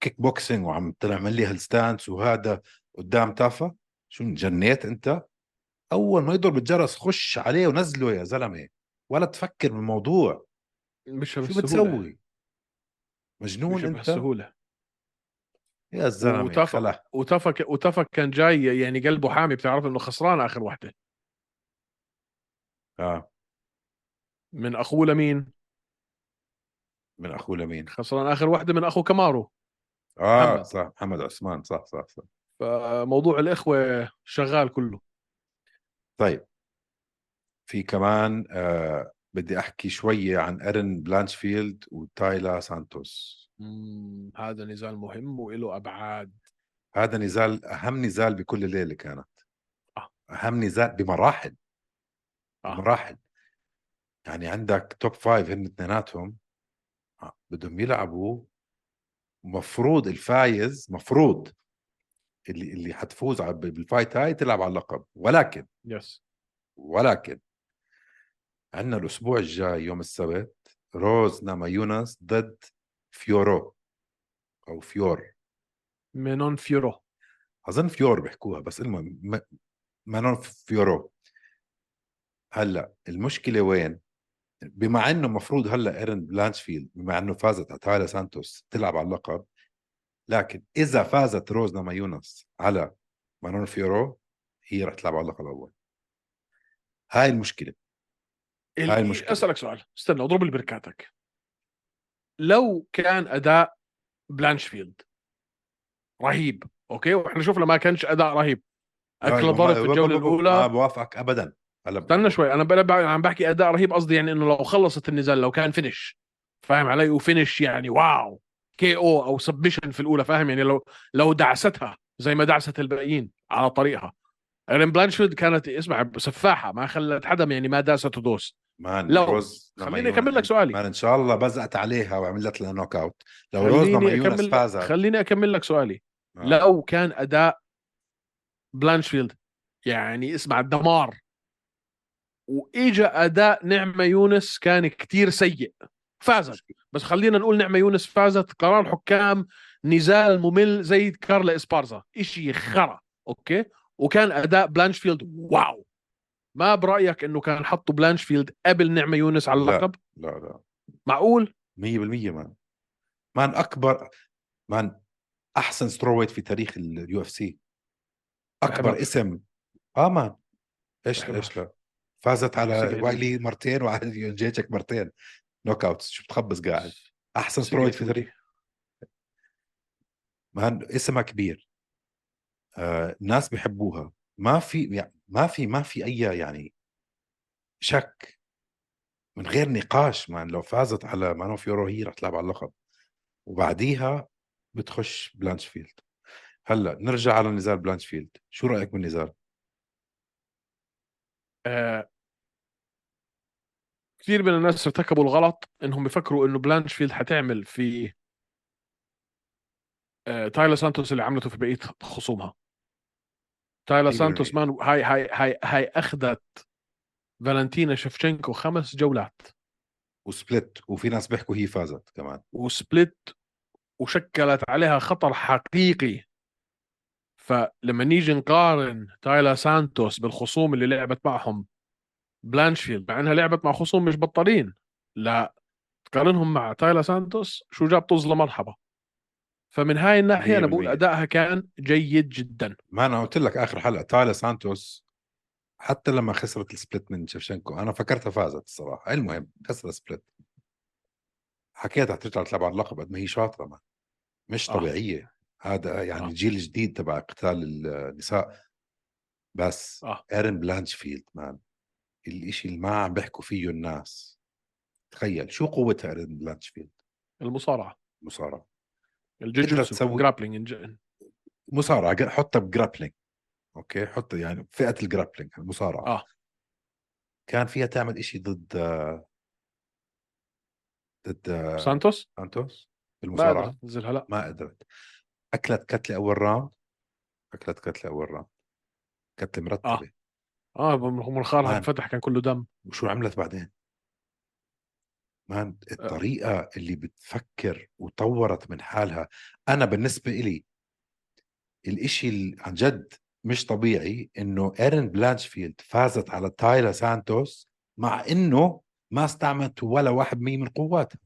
Speaker 2: كيك بوكسينج وعم تعمل لي هالستانس وهذا قدام تافا شو جنيت انت اول ما يضرب الجرس خش عليه ونزله يا زلمه ولا تفكر بالموضوع
Speaker 1: مش
Speaker 2: شو
Speaker 1: بهالسهولة يعني.
Speaker 2: بتسوي؟ مجنون
Speaker 1: مش
Speaker 2: انت
Speaker 1: بهالسهولة
Speaker 2: يا زلمه
Speaker 1: وتفق.
Speaker 2: خلا
Speaker 1: وتفك وتفك كان جاي يعني قلبه حامي بتعرف انه خسران اخر وحده
Speaker 2: آه.
Speaker 1: من اخوه لمين
Speaker 2: من اخوه لمين
Speaker 1: خسران اخر وحده من اخو كمارو
Speaker 2: اه
Speaker 1: محمد.
Speaker 2: صح محمد عثمان صح صح صح
Speaker 1: فموضوع الاخوه شغال كله
Speaker 2: طيب في كمان آه بدي احكي شويه عن ارن بلانشفيلد وتايلا سانتوس
Speaker 1: هذا نزال مهم وله ابعاد
Speaker 2: هذا نزال اهم نزال بكل الليله كانت
Speaker 1: آه.
Speaker 2: اهم نزال بمراحل
Speaker 1: آه.
Speaker 2: بمراحل يعني عندك توب فايف هن اثنيناتهم آه، بدهم يلعبوا مفروض الفايز مفروض اللي اللي حتفوز على- بالفايت هاي تلعب على اللقب ولكن
Speaker 1: يس
Speaker 2: ولكن عندنا الاسبوع الجاي يوم السبت روز نامايوناس ضد فيورو او فيور
Speaker 1: مينون فيورو
Speaker 2: اظن فيور بيحكوها بس المهم م- مانون فيورو هلا المشكله وين بما انه المفروض هلا ايرن بلانشفيلد بما انه فازت على تايلا سانتوس تلعب على اللقب لكن اذا فازت روز نامايونس على مانون فيورو هي رح تلعب على اللقب الاول هاي المشكله
Speaker 1: ال-
Speaker 2: هاي المشكلة.
Speaker 1: اسالك سؤال استنى اضرب لي بركاتك لو كان اداء بلانشفيلد رهيب اوكي واحنا شفنا ما كانش اداء رهيب اكل ضرب في طيب، الجوله الاولى
Speaker 2: ما بوافقك ابدا هلا
Speaker 1: استنى شوي انا بلا- بع- عم بحكي اداء رهيب قصدي يعني انه لو خلصت النزال لو كان فينش فاهم علي وفينش يعني واو كي او او سبمشن في الاولى فاهم يعني لو لو دعستها زي ما دعست الباقيين على طريقها ايرين بلانشفيلد كانت اسمع سفاحه ما خلت حدا يعني ما داست ودوس
Speaker 2: مان
Speaker 1: لو-
Speaker 2: روز لما
Speaker 1: خليني
Speaker 2: يونس-
Speaker 1: اكمل لك سؤالي
Speaker 2: مان ان شاء الله بزقت عليها وعملت لها نوك اوت لو روز لما
Speaker 1: خليني
Speaker 2: يونس
Speaker 1: اكمل
Speaker 2: فازت
Speaker 1: خليني اكمل لك سؤالي
Speaker 2: طيب. آه.
Speaker 1: لو كان اداء بلانشفيلد يعني اسمع الدمار واجا اداء نعمه يونس كان كتير سيء فازت بس خلينا نقول نعمه يونس فازت قرار حكام نزال ممل زي كارلا اسبارزا اشي خرا اوكي وكان اداء بلانشفيلد واو ما برايك انه كان حطوا بلانشفيلد قبل نعمه يونس على
Speaker 2: لا.
Speaker 1: اللقب
Speaker 2: لا لا
Speaker 1: معقول
Speaker 2: 100% مان مان اكبر مان احسن سترويت في تاريخ اليو اف سي
Speaker 1: بحبك.
Speaker 2: اكبر اسم اه مان ايش لا
Speaker 1: بحبك.
Speaker 2: ايش لا فازت على
Speaker 1: سجل.
Speaker 2: وايلي مرتين وعلى جيتشك مرتين نوك اوت شو بتخبص قاعد احسن سترويت في تاريخ مان اسمها كبير آه، الناس بحبوها ما في يعني ما في ما في اي يعني شك من غير نقاش مان لو فازت على مان اوف يورو هي رح تلعب على اللقب وبعديها بتخش بلانشفيلد هلا نرجع على نزال بلانشفيلد شو رايك بالنزال
Speaker 1: آه، كثير من الناس ارتكبوا الغلط انهم بيفكروا انه بلانشفيلد حتعمل في آه، تايلا سانتوس اللي عملته في بقيه خصومها تايلا
Speaker 2: أيوة.
Speaker 1: سانتوس مان هاي هاي هاي هاي اخذت فالنتينا شفشنكو خمس جولات
Speaker 2: وسبلت وفي ناس بيحكوا هي فازت كمان
Speaker 1: وسبلت وشكلت عليها خطر حقيقي فلما نيجي نقارن تايلا سانتوس بالخصوم اللي لعبت معهم بلانشفيلد مع انها لعبت مع خصوم مش بطلين لا تقارنهم مع تايلا سانتوس شو جاب طز لمرحبا فمن هاي الناحيه انا بقول
Speaker 2: 100%.
Speaker 1: ادائها كان جيد جدا
Speaker 2: ما انا قلت لك اخر حلقه تايلا سانتوس حتى لما خسرت السبلت من شفشنكو انا فكرتها فازت الصراحه المهم خسرت سبلت حكيت رح ترجع تلعب على اللقب قد ما هي شاطره ما. مش
Speaker 1: آه.
Speaker 2: طبيعيه هذا يعني
Speaker 1: آه.
Speaker 2: الجيل الجديد تبع قتال النساء بس
Speaker 1: آه.
Speaker 2: ايرن بلانشفيلد مان الاشي اللي ما عم بيحكوا فيه الناس تخيل شو قوة ايرن بلانشفيلد
Speaker 1: المصارعه
Speaker 2: مصارعه
Speaker 1: الجوجيتسو
Speaker 2: تسوي-
Speaker 1: جرابلينج إن-
Speaker 2: مصارعه ج- حطها بجرابلينج اوكي حطها يعني فئه الجرابلينج المصارعه
Speaker 1: آه.
Speaker 2: كان فيها تعمل إشي ضد آه، ضد آه،
Speaker 1: سانتوس
Speaker 2: سانتوس
Speaker 1: ما
Speaker 2: بالمصارعه
Speaker 1: قدرت تنزلها لا
Speaker 2: ما قدرت اكلت كتله اول راوند اكلت كتله اول راوند كتله مرتبه
Speaker 1: آه. اه منخارها
Speaker 2: مان.
Speaker 1: انفتح كان كله دم
Speaker 2: وشو عملت بعدين؟
Speaker 1: آه.
Speaker 2: مان الطريقة اللي بتفكر وطورت من حالها أنا بالنسبة إلي الإشي اللي عن جد مش طبيعي إنه إيرن بلانشفيلد فازت على تايلا سانتوس مع إنه ما استعملت ولا واحد مية من قواتها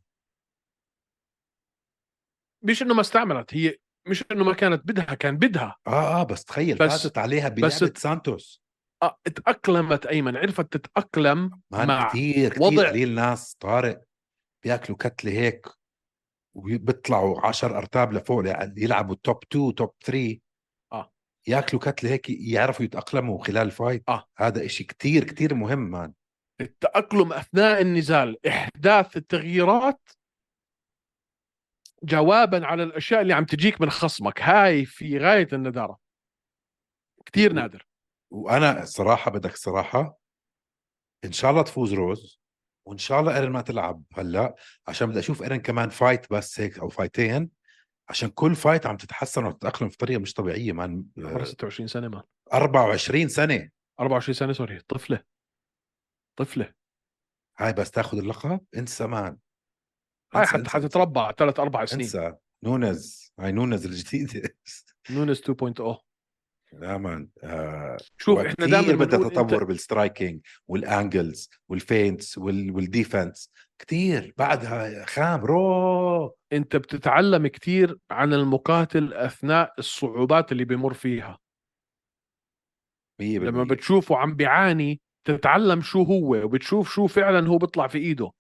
Speaker 1: مش انه ما استعملت هي مش انه ما كانت بدها كان بدها
Speaker 2: آه آه بس تخيل
Speaker 1: بس-
Speaker 2: بس فازت عليها بلعبة
Speaker 1: بس
Speaker 2: بس سانتوس
Speaker 1: آه، اتاقلمت ايمن عرفت تتاقلم
Speaker 2: مان
Speaker 1: مع
Speaker 2: كتير كتير
Speaker 1: وضع-
Speaker 2: قليل ناس طارق بياكلوا كتلة هيك وبيطلعوا 10 ارتاب لفوق لع- يلعبوا توب 2 توب 3
Speaker 1: آه.
Speaker 2: ياكلوا كتلة هيك يعرفوا يتأقلموا خلال الفايت
Speaker 1: آه.
Speaker 2: هذا اشي كتير كتير مهم مان
Speaker 1: التاقلم اثناء النزال احداث التغييرات جوابا على الاشياء اللي عم تجيك من خصمك هاي في غايه النداره كثير نادر
Speaker 2: وانا صراحة بدك صراحة ان شاء الله تفوز روز وان شاء الله ايرن ما تلعب هلا عشان بدي اشوف ايرن كمان فايت بس هيك او فايتين عشان كل فايت عم تتحسن وتتأقلم في طريقة مش طبيعية مان
Speaker 1: عمرها
Speaker 2: آه،
Speaker 1: 26 سنه ما
Speaker 2: 24 سنة
Speaker 1: 24 سنه سوري طفله طفله
Speaker 2: هاي بس تاخذ اللقب انسى مان
Speaker 1: هاي
Speaker 2: انسى-
Speaker 1: حت-
Speaker 2: انسى-
Speaker 1: حتتربع ثلاث اربع سنين
Speaker 2: انسى نونز هاي نونز الجديدة
Speaker 1: نونس 2.0
Speaker 2: لا مان آه
Speaker 1: شوف احنا دائما
Speaker 2: بدها
Speaker 1: بنقول أنت-
Speaker 2: تطور بالسترايكينج والانجلز والفينتس وال... والديفنس كتير بعدها خام رو
Speaker 1: انت بتتعلم كثير عن المقاتل اثناء الصعوبات اللي بيمر فيها
Speaker 2: مية
Speaker 1: لما
Speaker 2: بالمية
Speaker 1: بتشوفه عم بيعاني تتعلم شو هو وبتشوف شو فعلا هو بيطلع في ايده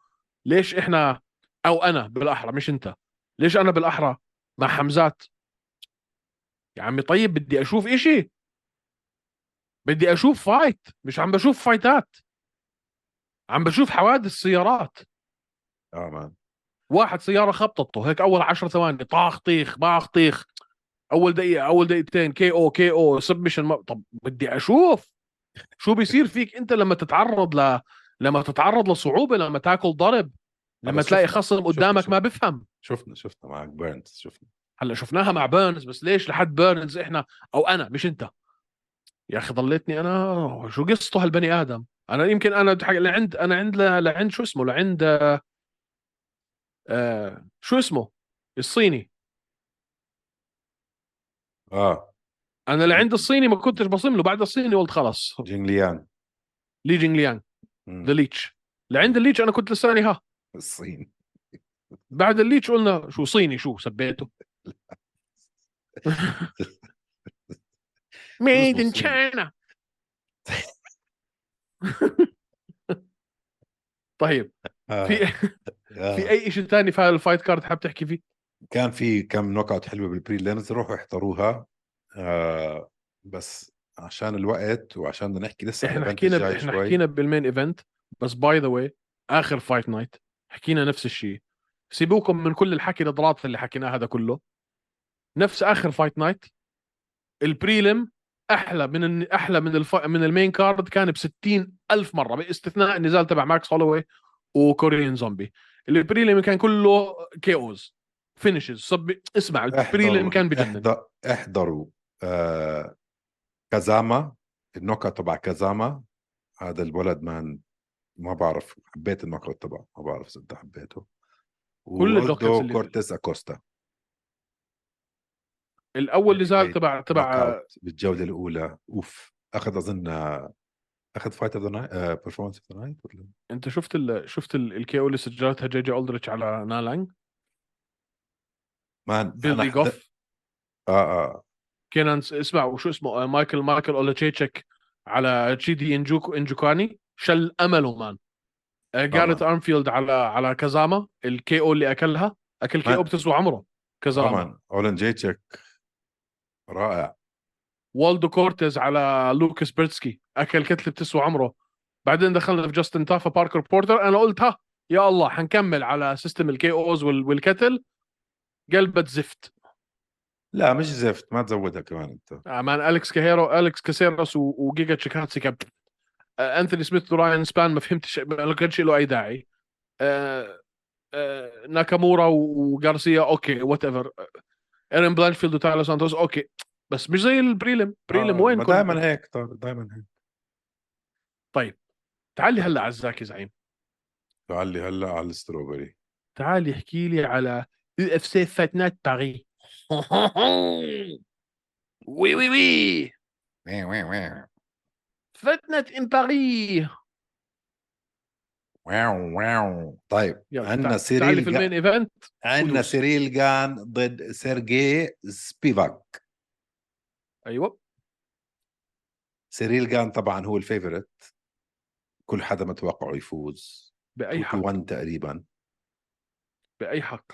Speaker 1: ليش احنا او انا بالاحرى مش انت ليش انا بالاحرى مع حمزات يا عمي طيب بدي اشوف اشي بدي اشوف فايت مش عم بشوف فايتات عم بشوف حوادث سيارات
Speaker 2: اه مان
Speaker 1: واحد سياره خبطته هيك اول عشر ثواني طاخ طيخ باخ طيخ اول دقيقه اول دقيقتين كي او كي او سبمشن ما... طب بدي اشوف شو بيصير فيك انت لما تتعرض ل... لما تتعرض لصعوبه لما تاكل ضرب لما
Speaker 2: خلص
Speaker 1: تلاقي
Speaker 2: شفنا-
Speaker 1: خصم
Speaker 2: شفنا-
Speaker 1: قدامك
Speaker 2: شفنا.
Speaker 1: ما بفهم
Speaker 2: شفنا شفنا معك بيرنز شفنا
Speaker 1: هلا شفناها مع بيرنز بس ليش لحد بيرنز احنا او انا مش انت يا اخي ضليتني انا شو قصته هالبني ادم انا يمكن انا بدي أحكي- لعند انا عند لعند شو اسمه لعند آه، آه شو اسمه الصيني
Speaker 2: اه
Speaker 1: انا لعند الصيني ما كنتش بصم له بعد الصيني قلت خلص
Speaker 2: جينليان
Speaker 1: لي جينغ ليانغ
Speaker 2: مم.
Speaker 1: ذا ليتش لعند الليتش انا كنت لساني ها
Speaker 2: الصين
Speaker 1: بعد الليتش قلنا شو صيني شو سبيته ميد ان
Speaker 2: اسمه صيني.
Speaker 1: تشاينا طيب
Speaker 2: آه.
Speaker 1: في
Speaker 2: آه.
Speaker 1: في اي شيء ثاني في هذا الفايت كارد حاب تحكي فيه؟
Speaker 2: كان في كم نوك اوت حلوه بالبري لينز روحوا احضروها آه بس عشان الوقت وعشان بدنا نحكي لسه عن
Speaker 1: احنا
Speaker 2: الإيفنت
Speaker 1: حكينا ب...
Speaker 2: الجاي
Speaker 1: احنا
Speaker 2: شوي.
Speaker 1: حكينا بالمين ايفنت بس باي ذا واي اخر فايت نايت حكينا نفس الشيء سيبوكم من كل الحكي الاضرات اللي حكيناه هذا كله نفس اخر فايت نايت البريلم احلى من ال- احلى من الف... من المين كارد كان ب 60 الف مره باستثناء النزال تبع ماكس هولوي وكوريين زومبي البريلم كان كله كيوز فينيشز صب اسمع البريلم
Speaker 2: احضروا-
Speaker 1: كان بجنن
Speaker 2: احض- احضروا آه كازاما النوك اوت تبع كازاما هذا الولد مان ما بعرف حبيت النوك اوت تبعه ما بعرف اذا انت حبيته
Speaker 1: كل النوك أوتس اللي-
Speaker 2: كورتيز اكوستا
Speaker 1: الاول نزال
Speaker 2: هاي
Speaker 1: تبع تبع
Speaker 2: نوك أوت بالجوله الاولى اوف اخذ اظن آه، اخذ فايت اوف ذا نايت بيرفورمانس اوف ذا نايت ولا
Speaker 1: انت شفت ال... شفت الكي او اللي سجلتها جي جي اولدريتش على نالانج
Speaker 2: مان أنا
Speaker 1: بيلي
Speaker 2: حد-
Speaker 1: جوف
Speaker 2: اه اه
Speaker 1: كينان اسمع وشو اسمه آه، مايكل مايكل اولاتشيتشك على تشي دي انجوك انجوكاني شل امله مان آه، جاريت ارمفيلد على على كازاما الكي او اللي اكلها اكل كي
Speaker 2: مان.
Speaker 1: او بتسوى عمره كازاما
Speaker 2: طبعا اولن جيتشك رائع
Speaker 1: والدو كورتيز على لوكاس بيرتسكي اكل كتله بتسوى عمره بعدين دخلنا في جاستن تافا باركر بورتر انا قلت ها يا الله حنكمل على سيستم الكي اوز والكتل قلبت زفت
Speaker 2: لا مش زفت ما تزودها كمان انت
Speaker 1: مان اليكس كهيرو اليكس كاسيروس و- وجيجا تشيكاتسي كاب آه، انثوني سميث وراين سبان ما فهمتش ما كانش له اي داعي آه، آه، ناكامورا و- وغارسيا اوكي وات ايفر ايرن بلانشفيلد وتايلر سانتوس اوكي بس مش زي البريلم بريلم وين كنت؟
Speaker 2: دائما آه، هيك طارق دائما هيك
Speaker 1: تعالي هلا عزاك يا زعيم
Speaker 2: تعلي هلا على الستروبري
Speaker 1: تعالي احكي لي على يو اف سي فات نايت باري وي وي وي
Speaker 2: وين وين وين
Speaker 1: فات نايت ان باري
Speaker 2: واو واو طيب
Speaker 1: يلا،
Speaker 2: عندنا
Speaker 1: تعال-
Speaker 2: سيريل
Speaker 1: تعالي في
Speaker 2: جا-
Speaker 1: المين ايفنت
Speaker 2: عندنا
Speaker 1: فلوس.
Speaker 2: سيريل جان ضد سيرجي سبيفاك
Speaker 1: ايوه
Speaker 2: سيريل جان طبعا هو الفيفورت كل حدا متوقعه يفوز
Speaker 1: باي حق
Speaker 2: 2 تقريبا
Speaker 1: باي حق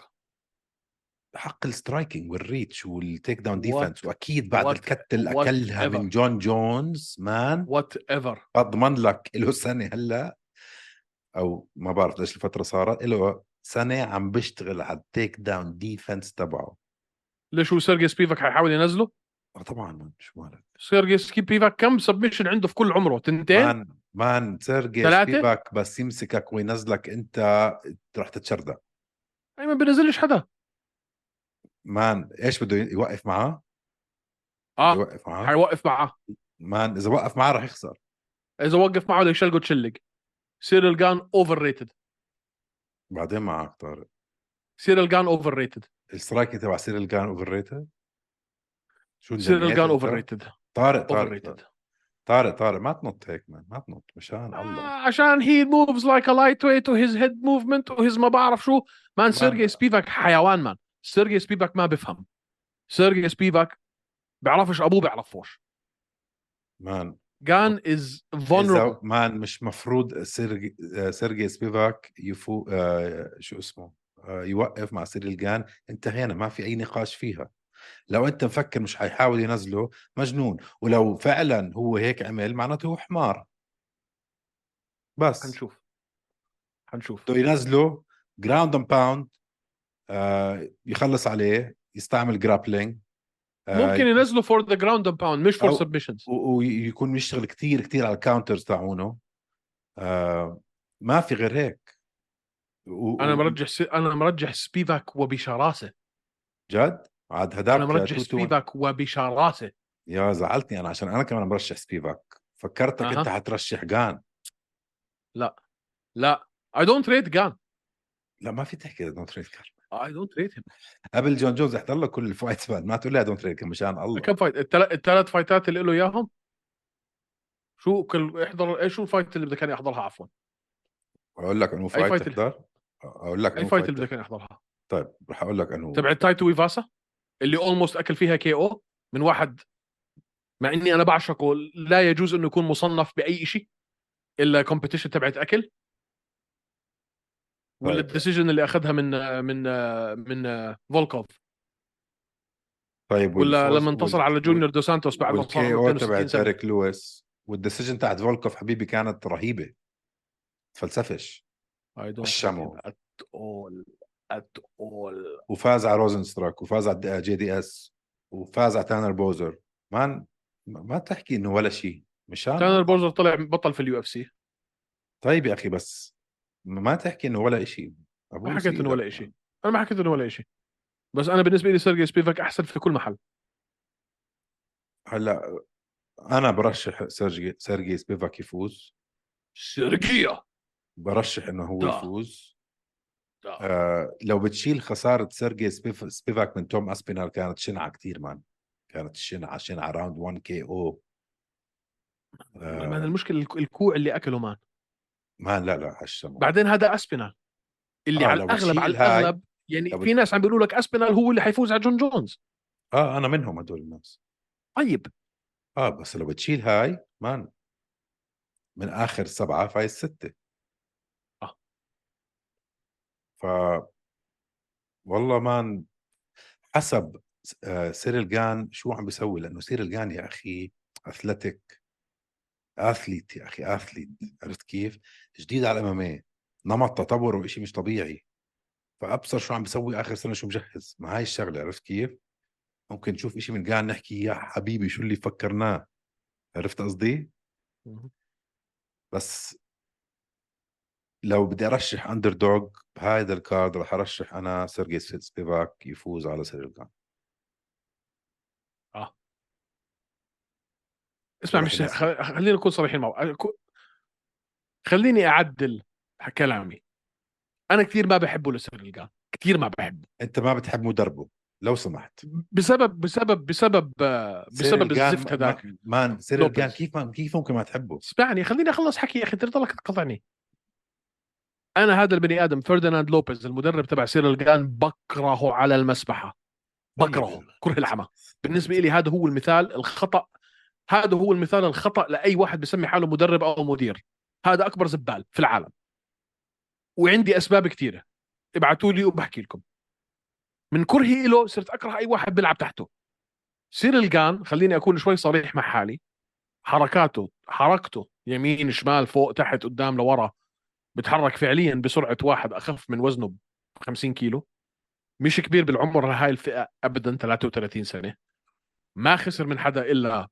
Speaker 2: حق السترايكنج والريتش والتيك داون ديفنس واكيد بعد
Speaker 1: what-
Speaker 2: الكتل
Speaker 1: what
Speaker 2: اكلها من
Speaker 1: ever.
Speaker 2: جون جونز مان
Speaker 1: وات ايفر
Speaker 2: اضمن لك له سنه هلا او ما بعرف ليش الفتره صارت له سنه عم بيشتغل على التيك داون ديفنس تبعه
Speaker 1: ليش هو سيرجي سبيفاك حيحاول ينزله؟
Speaker 2: آه طبعا مان شو مالك
Speaker 1: سيرجي سبيفاك كم سبمشن عنده في كل عمره؟ تنتين؟
Speaker 2: مان مان سيرجي
Speaker 1: ثلاثة؟
Speaker 2: شبيبك بس يمسكك وينزلك انت رح تتشردق
Speaker 1: اي ما بينزلش حدا
Speaker 2: مان ايش بده يوقف معاه؟
Speaker 1: اه
Speaker 2: يوقف معاه
Speaker 1: حيوقف معاه
Speaker 2: مان اذا وقف معاه رح يخسر
Speaker 1: اذا وقف معاه بده يشلقه تشلق سيريل جان اوفر ريتد
Speaker 2: بعدين معك طارق
Speaker 1: سيريل جان اوفر ريتد
Speaker 2: السترايكي تبع سيريل جان اوفر ريتد شو
Speaker 1: سيريل
Speaker 2: انجنيت
Speaker 1: جان
Speaker 2: أنت؟
Speaker 1: اوفر ريتد
Speaker 2: طارق
Speaker 1: اوفر
Speaker 2: طارق
Speaker 1: ريتد
Speaker 2: طارق طارق ما تنط هيك مان ما تنط مشان
Speaker 1: آه.
Speaker 2: الله
Speaker 1: Ah, عشان هي موفز لايك ا لايت ويت وهيز هيد موفمنت وهيز ما بعرف شو مان سيرجي سبيفاك حيوان مان سيرجي سبيفاك ما بفهم سيرجي سبيفاك بيعرفش ابوه بيعرفوش
Speaker 2: مان
Speaker 1: جان از
Speaker 2: إذا
Speaker 1: vulnerable
Speaker 2: مان مش مفروض سيرجي سيرجي سبيفاك يفو آه شو اسمه آه يوقف مع سيريل جان انتهينا ما في اي نقاش فيها لو انت مفكر مش حيحاول ينزله مجنون ولو فعلا هو هيك عمل معناته هو حمار بس
Speaker 1: حنشوف حنشوف
Speaker 2: بده ينزله جراوند اند باوند آه، يخلص عليه يستعمل جرابلينج
Speaker 1: ممكن ينزلوا فور ذا جراوند اند باوند مش فور
Speaker 2: آه، أو-
Speaker 1: سبمشنز
Speaker 2: و- ويكون يشتغل كتير كتير على الكاونترز تاعونه آه ما في غير هيك و...
Speaker 1: انا
Speaker 2: و-
Speaker 1: مرجح س... انا مرجح سبيفاك وبشراسه
Speaker 2: جد عاد هداك
Speaker 1: انا مرجح
Speaker 2: 2-2.
Speaker 1: سبيفاك وبشراسه
Speaker 2: يا زعلتني انا عشان انا كمان مرشح سبيفاك فكرتك
Speaker 1: أها.
Speaker 2: انت حترشح جان
Speaker 1: لا اي دونت ريت جان
Speaker 2: لا ما في تحكي دونت تريد كان
Speaker 1: اي دونت ريت
Speaker 2: قبل جون جونز احضر له كل الفايتس بعد ما تقول لي دونت تريد كان مشان الله
Speaker 1: كم فايت التل... الثلاث فايتات اللي له اياهم شو كل احضر ايش شو الفايت اللي بده كان يحضرها عفوا
Speaker 2: اقول لك انه فايت
Speaker 1: فايت ال-
Speaker 2: تحضر اقول لك
Speaker 1: اي
Speaker 2: انه
Speaker 1: فايت اللي بده
Speaker 2: فايت
Speaker 1: كان يحضرها
Speaker 2: طيب رح اقول لك انه
Speaker 1: تبع تايتو ويفاسا اللي اولموست اكل فيها كي او من واحد مع اني انا بعشقه لا يجوز انه يكون مصنف باي شيء الا كومبيتيشن تبعت اكل ولا
Speaker 2: طيب.
Speaker 1: الديسيجن اللي اخذها من من من فولكوف
Speaker 2: طيب
Speaker 1: ولا لما انتصر على جونيور دو سانتوس بعد ما
Speaker 2: والكي
Speaker 1: صار
Speaker 2: او
Speaker 1: 62
Speaker 2: تبعت
Speaker 1: سنه
Speaker 2: اريك لويس والديسيجن تاعت فولكوف حبيبي كانت رهيبه تفلسفش
Speaker 1: I don't
Speaker 2: الشمو.
Speaker 1: like him at all at all
Speaker 2: وفاز على روزنستراك وفاز على جي دي اس وفاز على تانر بوزر مان ما تحكي انه ولا شيء مشان
Speaker 1: تايلر بورزر طلع بطل في اليو اف سي
Speaker 2: طيب يا اخي بس ما تحكي انه ولا شيء
Speaker 1: ما حكيت إنه ولا إشي. انا ما حكيت انه ولا شيء بس انا بالنسبه لي سيرجي سبيفاك احسن في كل محل
Speaker 2: هلا انا برشح سيرجي سيرجي سبيفاك يفوز
Speaker 1: سيرجيا
Speaker 2: برشح انه هو
Speaker 1: دا.
Speaker 2: يفوز
Speaker 1: دا.
Speaker 2: آه لو بتشيل خساره سيرجي سبيف سبيفاك من توم اسبينال كانت شنعه كتير مان كانت شنعه شنعه راوند 1 كي او آه،
Speaker 1: ما هذا المشكله الك- الكوع اللي اكله مان
Speaker 2: مان لا لا هالشمو
Speaker 1: بعدين هذا اسبينال اللي
Speaker 2: آه،
Speaker 1: على
Speaker 2: لو
Speaker 1: الاغلب على
Speaker 2: بتشيل هاي-
Speaker 1: الاغلب يعني
Speaker 2: لو
Speaker 1: في ناس عم بيقولوا لك اسبينال هو اللي حيفوز على جون جونز
Speaker 2: اه انا منهم هدول الناس
Speaker 1: طيب
Speaker 2: اه بس لو بتشيل هاي مان من اخر سبعه فايز سته
Speaker 1: آه.
Speaker 2: ف والله مان حسب س- آه، سيريل جان شو عم بيسوي لانه سيريل جان يا اخي اثلتيك اثليت يا اخي اثليت عرفت كيف؟ جديد على الاماميه نمط تطوره شيء مش طبيعي فابصر شو عم بيسوي اخر سنه شو مجهز مع هاي الشغله عرفت كيف؟ ممكن نشوف شيء من جان نحكي يا حبيبي شو اللي فكرناه عرفت قصدي؟
Speaker 1: مهم.
Speaker 2: بس لو بدي ارشح اندر دوغ بهذا الكارد رح ارشح انا سيرجي سبيفاك يفوز على سيرجي كان
Speaker 1: اسمع
Speaker 2: راح
Speaker 1: مش
Speaker 2: ينزل.
Speaker 1: خ- خلينا نكون صريحين مع بعض. كو- خليني اعدل كلامي انا كثير ما بحبه لسيرجي جان كثير ما بحبه
Speaker 2: انت ما بتحب مدربه لو سمحت
Speaker 1: بسبب بسبب بسبب آه، بسبب
Speaker 2: سيرجي غان
Speaker 1: الزفت
Speaker 2: ما-
Speaker 1: هذاك
Speaker 2: ما- مان سيرجي
Speaker 1: لوبيز.
Speaker 2: كان كيف ما كيف ممكن ما تحبه؟
Speaker 1: اسمعني خليني اخلص حكي يا اخي انت ضلك تقطعني انا هذا البني ادم فرديناند لوبيز المدرب تبع سيريل جان بكرهه على المسبحه بكرهه
Speaker 2: طيب.
Speaker 1: كره العمى بالنسبه لي هذا هو المثال الخطا هذا هو المثال الخطا لاي واحد بسمي حاله مدرب او مدير هذا اكبر زبال في العالم وعندي اسباب كثيره ابعتوا لي وبحكي لكم من كرهي له صرت اكره اي واحد بيلعب تحته سيريل جان خليني اكون شوي صريح مع حالي حركاته حركته يمين شمال فوق تحت قدام لورا بتحرك فعليا بسرعه واحد اخف من وزنه ب 50 كيلو مش كبير بالعمر لهاي الفئه ابدا 33 سنه ما خسر من حدا الا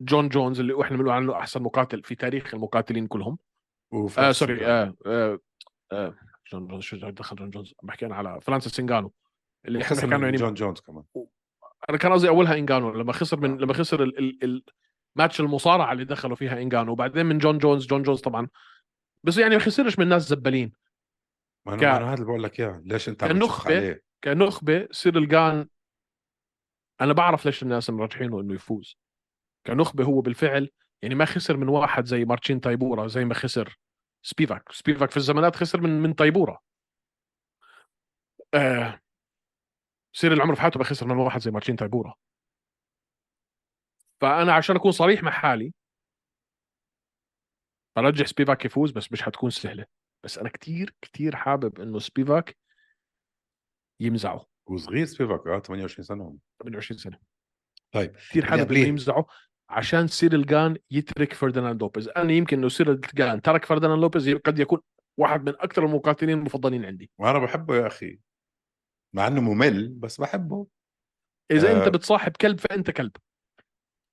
Speaker 1: جون جونز اللي احنا بنقول عنه احسن مقاتل في تاريخ المقاتلين كلهم
Speaker 2: وفرانسيس
Speaker 1: آه سوري
Speaker 2: سيرجان.
Speaker 1: آه آه آه جون جونز شو دخل جون جونز بحكي انا على فرانسيس سينجانو اللي احنا
Speaker 2: وخسر
Speaker 1: بحكي عنه
Speaker 2: من
Speaker 1: يعني
Speaker 2: جون جونز كمان
Speaker 1: انا كان قصدي اولها انجانو لما خسر من لما خسر ال- ال- ال- ماتش المصارعه اللي دخلوا فيها انجانو وبعدين من جون جونز جون جونز طبعا بس يعني ما خسرش من ناس زبالين
Speaker 2: ما انا
Speaker 1: كا-
Speaker 2: ما أنا هذا اللي بقول لك اياه ليش انت عم تشخ
Speaker 1: كنخبة.
Speaker 2: عليه؟
Speaker 1: كنخبه سيريل جان انا بعرف ليش الناس مرجحينه انه يفوز كنخبه هو بالفعل يعني ما خسر من واحد زي مارتشين تايبورا زي ما خسر سبيفاك سبيفاك في الزمانات خسر من من تايبورا آه سيريل عمره في حياته ما خسر من واحد زي مارتشين تايبورا فانا عشان اكون صريح مع حالي برجح سبيفاك يفوز بس مش حتكون سهله بس انا كتير كتير حابب انه سبيفاك يمزعه
Speaker 2: وصغير سبيفاك اه 28 سنه
Speaker 1: 28 سنه
Speaker 2: طيب،
Speaker 1: كثير
Speaker 2: اللي
Speaker 1: حابب انه
Speaker 2: قبليه.
Speaker 1: يمزعه عشان سيريل جان يترك فرديناند لوبيز انا يمكن انه سيريل جان ترك فرديناند لوبيز قد يكون واحد من اكثر المقاتلين المفضلين عندي
Speaker 2: وانا بحبه يا اخي مع انه ممل بس بحبه
Speaker 1: اذا
Speaker 2: آه.
Speaker 1: انت بتصاحب كلب فانت كلب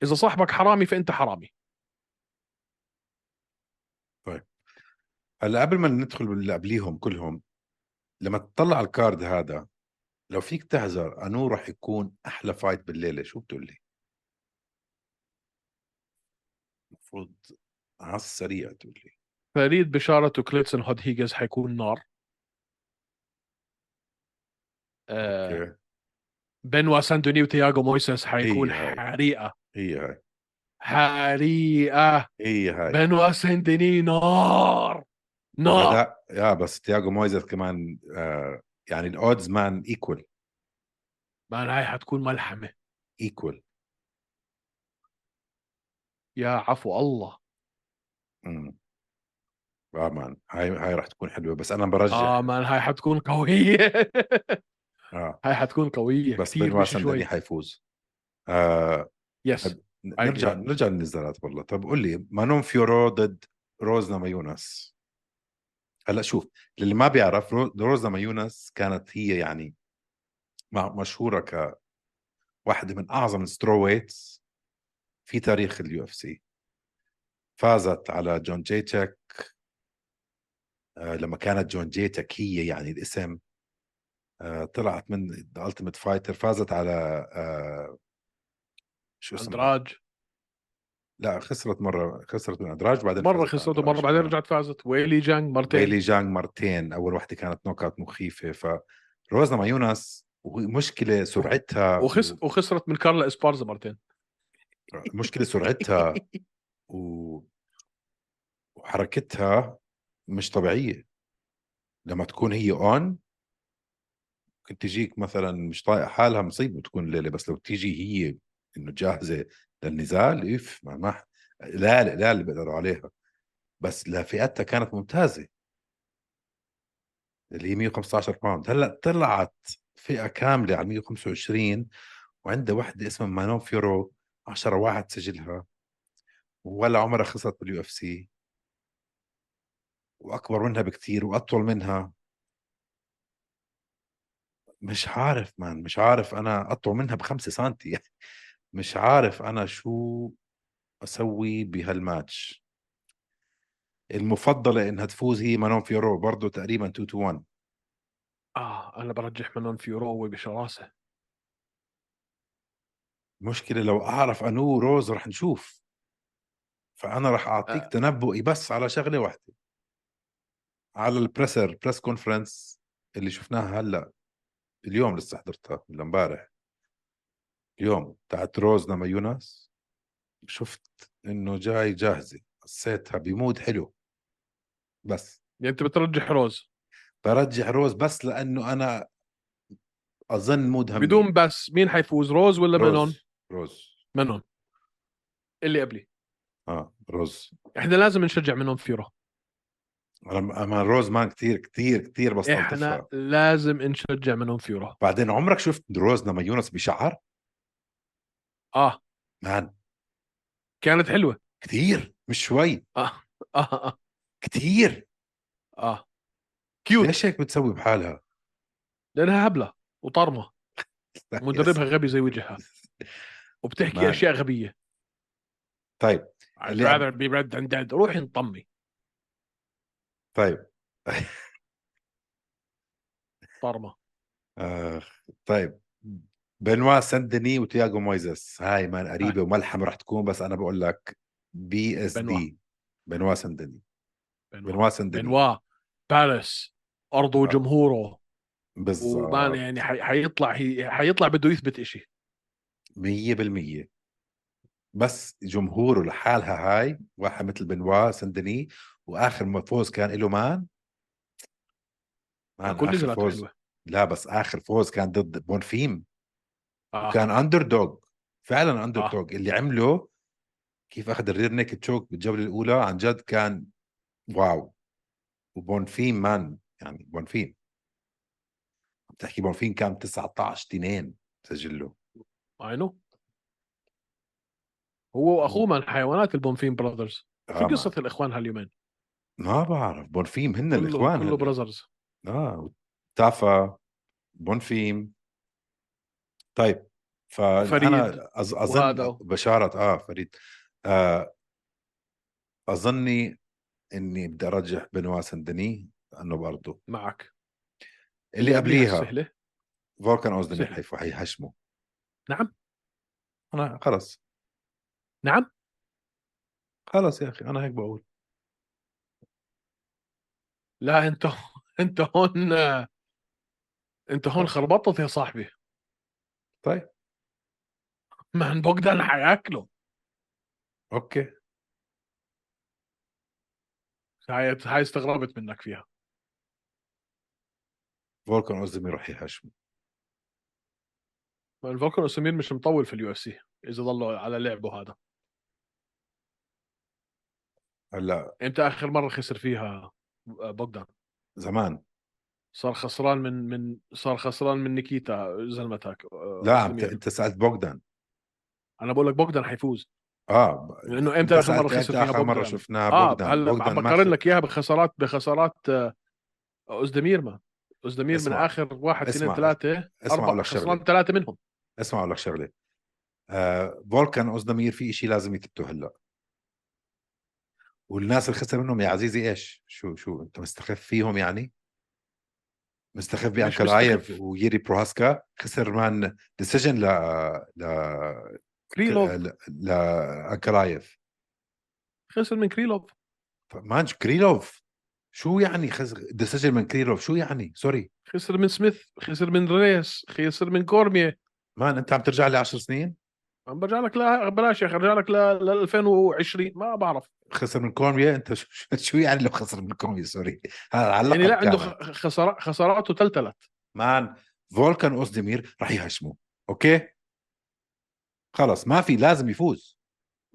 Speaker 1: اذا صاحبك حرامي فانت حرامي
Speaker 2: هلا قبل ما ندخل باللي قبليهم كلهم لما تطلع على الكارد هذا لو فيك تحذر انو راح يكون احلى فايت بالليله شو بتقول لي؟ المفروض على السريع تقول لي
Speaker 1: فريد بشارة وكليتسون هود هيجز حيكون نار آه
Speaker 2: أوكي.
Speaker 1: بنوا ساندوني وتياغو مويسس حيكون
Speaker 2: إيه هاي.
Speaker 1: حريقه
Speaker 2: هي هاي
Speaker 1: حريقه
Speaker 2: هي هاي
Speaker 1: بنوا ساندوني نار نار
Speaker 2: لا يا بس تياغو مويزس كمان آه يعني الاودز مان ايكول
Speaker 1: مان هاي حتكون ملحمه
Speaker 2: ايكول
Speaker 1: يا عفو الله
Speaker 2: امم اه مان هاي هاي راح تكون حلوه بس انا برجح
Speaker 1: اه مان هاي حتكون قويه
Speaker 2: آه.
Speaker 1: هاي حتكون قويه
Speaker 2: بس
Speaker 1: كتير
Speaker 2: بنوا
Speaker 1: مش
Speaker 2: سندني
Speaker 1: شوي
Speaker 2: حيفوز آه
Speaker 1: يس agree.
Speaker 2: نرجع نرجع للنزالات والله طب قول لي مانون فيورو ضد روزنا مايونس هلا شوف للي ما بيعرف رو- روزنا مايونس كانت هي يعني مع- مشهوره ك واحده من اعظم السترو ويتس في تاريخ اليو اف سي فازت على جون جيتشك آه، لما كانت جون جيتك هي يعني الاسم آه، طلعت من ذا التيميت فايتر فازت على آه، شو اسمه
Speaker 1: اندراج
Speaker 2: لا خسرت مره خسرت من ادراج بعدين
Speaker 1: مره خسرت ومره بعدين رجعت فازت ويلي جانج مرتين
Speaker 2: بيلي جانج مرتين اول وحده كانت نوك اوت مخيفه فروزنا مايونس مشكلة سرعتها
Speaker 1: وخس... وخسرت من كارلا اسبارزا مرتين
Speaker 2: مشكلة سرعتها و... وحركتها مش طبيعية لما تكون هي اون ممكن تجيك مثلا مش طايقة حالها مصيبة تكون الليلة بس لو تيجي هي انه جاهزة للنزال اف ما ما ح- لا لا لا اللي بيقدروا عليها بس لفئتها كانت ممتازة اللي هي 115 باوند هلا طلعت فئة كاملة على 125 وعندها وحدة اسمها مانون فيورو 10 واحد سجلها ولا عمرها خسرت باليو اف سي واكبر منها بكتير واطول منها مش عارف مان مش عارف انا اطول منها بخمسة سنتي يعني مش عارف انا شو اسوي بهالماتش المفضله انها تفوز هي مانون فيورو برضه تقريبا 2 تو 1
Speaker 1: اه انا برجح منون فيورو بشراسه
Speaker 2: مشكله لو اعرف انو روز رح نشوف فانا رح اعطيك
Speaker 1: آه.
Speaker 2: تنبؤي بس على شغله واحده على البريسر بريس كونفرنس اللي شفناها هلا اليوم لسه حضرتها ولا امبارح اليوم تاعت روز لما يونس شفت انه جاي جاهزه حسيتها بمود حلو بس
Speaker 1: يعني انت بترجح روز
Speaker 2: برجح روز بس لانه انا اظن مودها
Speaker 1: بدون بس مين حيفوز روز ولا منون
Speaker 2: روز روز
Speaker 1: منون اللي قبلي
Speaker 2: اه روز
Speaker 1: احنا لازم نشجع منون فيورو
Speaker 2: انا أنا روز مان كثير كثير كثير بس
Speaker 1: احنا لازم نشجع منون فيورو
Speaker 2: بعدين عمرك شفت روز لما يونس بشعر؟
Speaker 1: اه
Speaker 2: مان
Speaker 1: كانت حلوه
Speaker 2: كثير نعم. مش شوي
Speaker 1: اه اه اه,
Speaker 2: كثير
Speaker 1: آه. كيوت
Speaker 2: ليش هيك بتسوي بحالها؟
Speaker 1: لانها هبله وطرمه مدربها غبي زي وجهها وبتحكي
Speaker 2: مان.
Speaker 1: اشياء غبيه
Speaker 2: طيب
Speaker 1: I'd
Speaker 2: اللي قبل-
Speaker 1: rather be red than dead روحي انطمي
Speaker 2: طيب
Speaker 1: طرمه
Speaker 2: آخ طيب بنوا سندني وتياغو مويزس هاي مان قريبه وملحمه رح تكون بس انا بقول لك بي اس
Speaker 1: بنوا.
Speaker 2: دي بنوا سندني
Speaker 1: بنوا
Speaker 2: بنوا سندني
Speaker 1: بنوا باريس ارضه وجمهوره ومان
Speaker 2: آه. بالظبط
Speaker 1: يعني حي- حيطلع هي- حيطلع بده يثبت إشي
Speaker 2: 100% بس جمهوره لحالها هاي واحد مثل بنوا سندني واخر ما فوز كان له مان مان
Speaker 1: كل
Speaker 2: آخر
Speaker 1: نزلات
Speaker 2: فوز
Speaker 1: حلوه
Speaker 2: لا بس اخر فوز كان ضد بونفيم
Speaker 1: آه.
Speaker 2: كان اندر دوغ فعلا اندر
Speaker 1: آه.
Speaker 2: دوغ اللي عمله كيف اخذ الرير نيك تشوك بالجوله الاولى عن جد كان واو وبونفيم مان يعني بونفيم عم تحكي بونفيم كان 19 2 سجله
Speaker 1: عينه هو واخوه من حيوانات البونفين براذرز شو
Speaker 2: آه،
Speaker 1: قصه الاخوان هاليومين
Speaker 2: ما بعرف بونفيم هن
Speaker 1: كله
Speaker 2: الاخوان
Speaker 1: كله
Speaker 2: هن.
Speaker 1: براذرز
Speaker 2: اه تافا بونفيم طيب
Speaker 1: فريد
Speaker 2: فانا أز... اظن
Speaker 1: وهذا.
Speaker 2: آه، بشاره اه فريد آه اظني اني بدي ارجح بنوا سندني انه بارضه
Speaker 1: معك
Speaker 2: اللي قبليها
Speaker 1: سهله
Speaker 2: فولكان اوزدن
Speaker 1: سهلة.
Speaker 2: حيفو حيحشمه
Speaker 1: نعم.
Speaker 2: انا خلص
Speaker 1: نعم
Speaker 2: خلص يا اخي انا هيك بقول
Speaker 1: لا انت انت هون انت هون خربطت يا صاحبي
Speaker 2: طيب.
Speaker 1: ما بوجدان حياكله
Speaker 2: اوكي
Speaker 1: هاي هاي استغربت منك فيها
Speaker 2: فولكان اوزدن يروح يحشمه
Speaker 1: الفولكان سمير مش مطول في اليو اف سي اذا ضلوا على لعبه هذا
Speaker 2: هلا
Speaker 1: امتى اخر مره خسر فيها بوجدان
Speaker 2: زمان
Speaker 1: صار خسران من من صار خسران من نيكيتا زلمتك آه،
Speaker 2: لا عم ت- انت سالت بوغدان
Speaker 1: انا بقول لك بوجدان حيفوز
Speaker 2: اه ب-
Speaker 1: لانه
Speaker 2: أنت
Speaker 1: امتى اخر
Speaker 2: سألت
Speaker 1: مره خسر
Speaker 2: إمتى
Speaker 1: فيها
Speaker 2: اخر مره
Speaker 1: بوجدان
Speaker 2: شفناه
Speaker 1: اه
Speaker 2: بوغدان
Speaker 1: هلا
Speaker 2: بوغدان
Speaker 1: عم
Speaker 2: ما
Speaker 1: بقارن
Speaker 2: خسر.
Speaker 1: لك اياها بخسارات بخسارات آه، اوزدمير ما اوزدمير من
Speaker 2: اسمع.
Speaker 1: اخر واحد سنين
Speaker 2: اسمع.
Speaker 1: ثلاثه
Speaker 2: اسمع أقول
Speaker 1: اربع
Speaker 2: لك شغلة.
Speaker 1: خسران ثلاثه منهم
Speaker 2: اسمع اقول لك شغله آه فولكان اوزدمير في شيء لازم يثبتوه هلا والناس اللي خسر منهم يا عزيزي ايش؟ شو شو انت مستخف فيهم يعني؟ مستخف
Speaker 1: مش
Speaker 2: بانكلايف
Speaker 1: مستخف.
Speaker 2: ويري بروهاسكا خسر مان ديسيجن ل ل
Speaker 1: كريلوف
Speaker 2: ل- لانكلايف
Speaker 1: خسر من كريلوف
Speaker 2: طب مان كريلوف شو يعني خسر ديسيجن من كريلوف شو يعني؟ سوري
Speaker 1: خسر من سميث خسر من ريس خسر من كورميه
Speaker 2: مان انت عم ترجع لي 10 سنين؟
Speaker 1: عم برجع لك لا بلاش يا اخي برجع لك ل 2020 ما بعرف
Speaker 2: خسر من كورميا انت شو, شو يعني لو خسر من كورميا سوري هذا على
Speaker 1: يعني لا
Speaker 2: اللقب
Speaker 1: عنده
Speaker 2: كان.
Speaker 1: خ- خسارات خساراته تلتلت
Speaker 2: مان فولكان اوزدمير راح يهاجمه اوكي خلص ما في لازم يفوز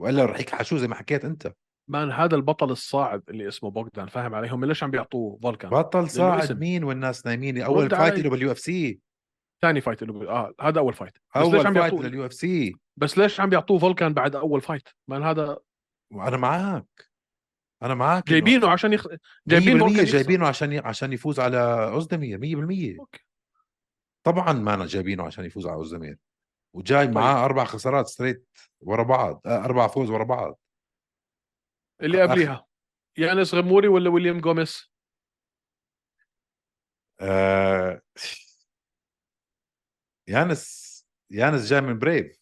Speaker 2: والا راح يكحشوه زي ما حكيت انت
Speaker 1: آه. مان هذا البطل الصاعد اللي اسمه بوغدان فاهم عليهم ليش عم بيعطوه فولكان
Speaker 2: بطل صاعد
Speaker 1: اسم.
Speaker 2: مين والناس نايمين
Speaker 1: رد
Speaker 2: اول فايت
Speaker 1: علي.
Speaker 2: له باليو اف سي
Speaker 1: ثاني فايت له بال- اه هذا اول فايت بس ليش
Speaker 2: اول
Speaker 1: عم
Speaker 2: فايت
Speaker 1: يعطوه
Speaker 2: لليو اف سي
Speaker 1: بس ليش عم بيعطوه فولكان بعد اول فايت مان هذا
Speaker 2: وانا معك انا معك إنه
Speaker 1: جايبينه عشان يخ...
Speaker 2: 100%
Speaker 1: جايبين فولكان يخسر.
Speaker 2: جايبينه عشان ي- عشان يفوز على اوزدمير 100%
Speaker 1: أوكي.
Speaker 2: طبعا ما انا جايبينه عشان يفوز على اوزدمير وجاي
Speaker 1: طيب.
Speaker 2: معاه اربع خسارات ستريت ورا بعض آه، اربع فوز ورا بعض
Speaker 1: اللي قبليها يانس غموري ولا ويليام جوميز
Speaker 2: آه... يانس يانس جاي من بريف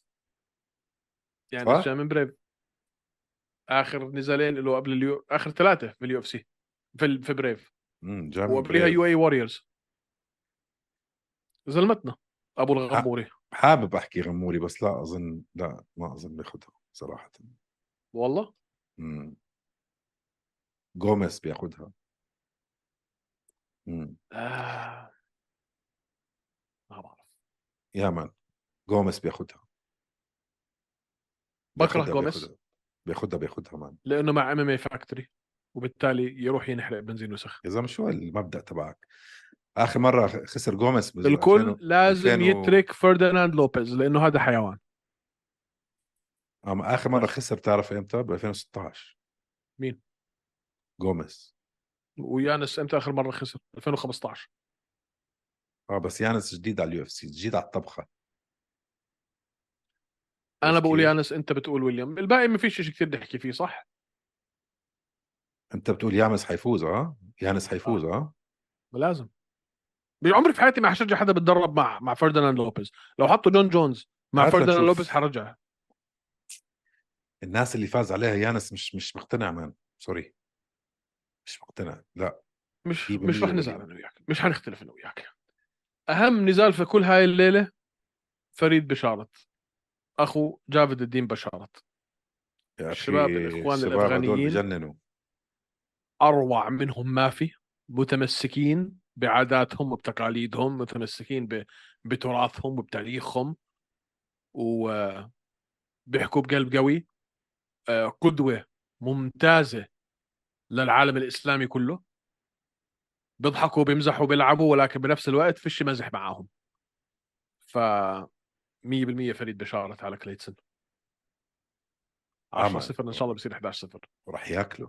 Speaker 1: يعني
Speaker 2: صح.
Speaker 1: جاي من بريف اخر نزالين له قبل اليو اخر ثلاثه في اليو اف سي في ال- في بريف
Speaker 2: امم جاي من
Speaker 1: وقبليها
Speaker 2: بريف
Speaker 1: يو إيه؟ اي واريورز زلمتنا ابو
Speaker 2: آه.
Speaker 1: الغموري
Speaker 2: حابب احكي غموري بس لا اظن لا ما اظن بياخذها صراحه
Speaker 1: والله
Speaker 2: امم جوميز بياخذها امم
Speaker 1: آه. ما بعرف
Speaker 2: يا مان جوميز بياخذها
Speaker 1: بكره
Speaker 2: بياخدها-
Speaker 1: جوميز.
Speaker 2: بياخدها. بياخدها بياخدها مان
Speaker 1: لانه مع ام ام اي فاكتوري وبالتالي يروح ينحرق بنزين وسخ
Speaker 2: يا زلمه شو المبدا تبعك اخر مره خسر جوميز بال-
Speaker 1: الكل
Speaker 2: 2000
Speaker 1: لازم
Speaker 2: 2000 و-
Speaker 1: يترك فرديناند لوبيز لانه هذا حيوان
Speaker 2: آه، اخر مره خسر بتعرف امتى ب 2016
Speaker 1: مين؟
Speaker 2: جوميز
Speaker 1: ويانس امتى اخر مره خسر 2015
Speaker 2: اه بس يانس جديد على اليو اف سي جديد على الطبخه
Speaker 1: انا
Speaker 2: عرفت
Speaker 1: بقول
Speaker 2: كيف؟
Speaker 1: يانس انت بتقول ويليام الباقي ما فيش شيء كثير نحكي فيه صح
Speaker 2: انت بتقول يانس حيفوز اه يانس حيفوز
Speaker 1: آه.
Speaker 2: اه
Speaker 1: ما لازم بعمري في حياتي ما حشجع حدا بتدرب مع مع فرديناند لوبيز لو حطوا جون جونز مع
Speaker 2: هات
Speaker 1: فرديناند
Speaker 2: لنشوف.
Speaker 1: لوبيز حرجع
Speaker 2: الناس اللي فاز عليها يانس مش مش مقتنع مان سوري مش مقتنع لا
Speaker 1: مش
Speaker 2: مية
Speaker 1: مش رح
Speaker 2: بالمية
Speaker 1: نزعل
Speaker 2: ويليام.
Speaker 1: انا وياك مش حنختلف انا وياك اهم نزال في كل هاي الليله فريد بشارت اخو جافد الدين بشارت
Speaker 2: يا أخي،
Speaker 1: الشباب، الإخوان
Speaker 2: الشباب هدول
Speaker 1: الأفغانيين.
Speaker 2: بجننوا
Speaker 1: اروع منهم ما في متمسكين بعاداتهم وبتقاليدهم متمسكين ب... بتراثهم وبتاريخهم وبيحكوا بقلب قوي آه، قدوه ممتازه للعالم الاسلامي كله بيضحكوا بيمزحوا بيلعبوا ولكن بنفس الوقت فيش مزح معاهم ف 100% فريد بشارة على كليتسن 10
Speaker 2: عمل.
Speaker 1: 0 ان شاء الله بصير 11 0
Speaker 2: وراح ياكلوا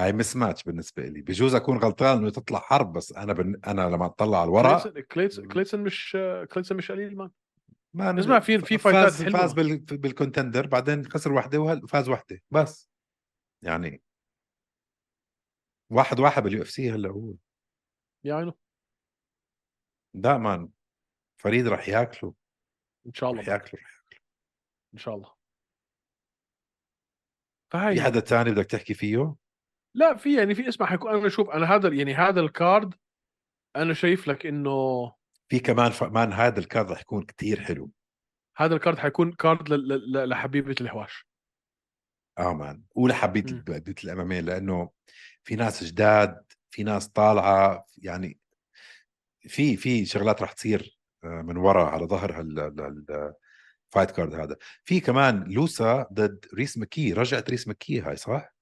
Speaker 2: هاي مس ماتش بالنسبه لي بجوز اكون غلطان انه تطلع حرب بس انا بن... انا لما اطلع على الورق
Speaker 1: كليتسن كليتسن, كليتسن مش كليتسن مش قليل مان
Speaker 2: ما
Speaker 1: اسمع، في- في فايتات
Speaker 2: فاز
Speaker 1: حلوة.
Speaker 2: فاز بال... بالكونتندر بعدين خسر وحده وهل- وفاز وحده بس يعني واحد واحد باليو اف سي هلا هو
Speaker 1: يعني
Speaker 2: دائما فريد راح ياكله
Speaker 1: ان شاء
Speaker 2: راح
Speaker 1: الله
Speaker 2: ياكله
Speaker 1: ان شاء الله
Speaker 2: في
Speaker 1: فهي
Speaker 2: حدا تاني بدك تحكي فيه
Speaker 1: لا في يعني في اسمع حيكون انا شوف انا هذا يعني هذا الكارد انا شايف لك انه
Speaker 2: في كمان فمان هذا الكارد راح يكون كتير حلو
Speaker 1: هذا الكارد حيكون كارد ل- ل- ل- لحبيبه الهواش
Speaker 2: اه مان ولحبيت
Speaker 1: مم.
Speaker 2: بديت الاماميه لانه في ناس جداد في ناس طالعه يعني في في شغلات راح تصير آه، من ورا على ظهر هال- هال- هال- الفايت كارد هذا في كمان لوسا ضد ريس مكي رجعت ريس مكي هاي صح؟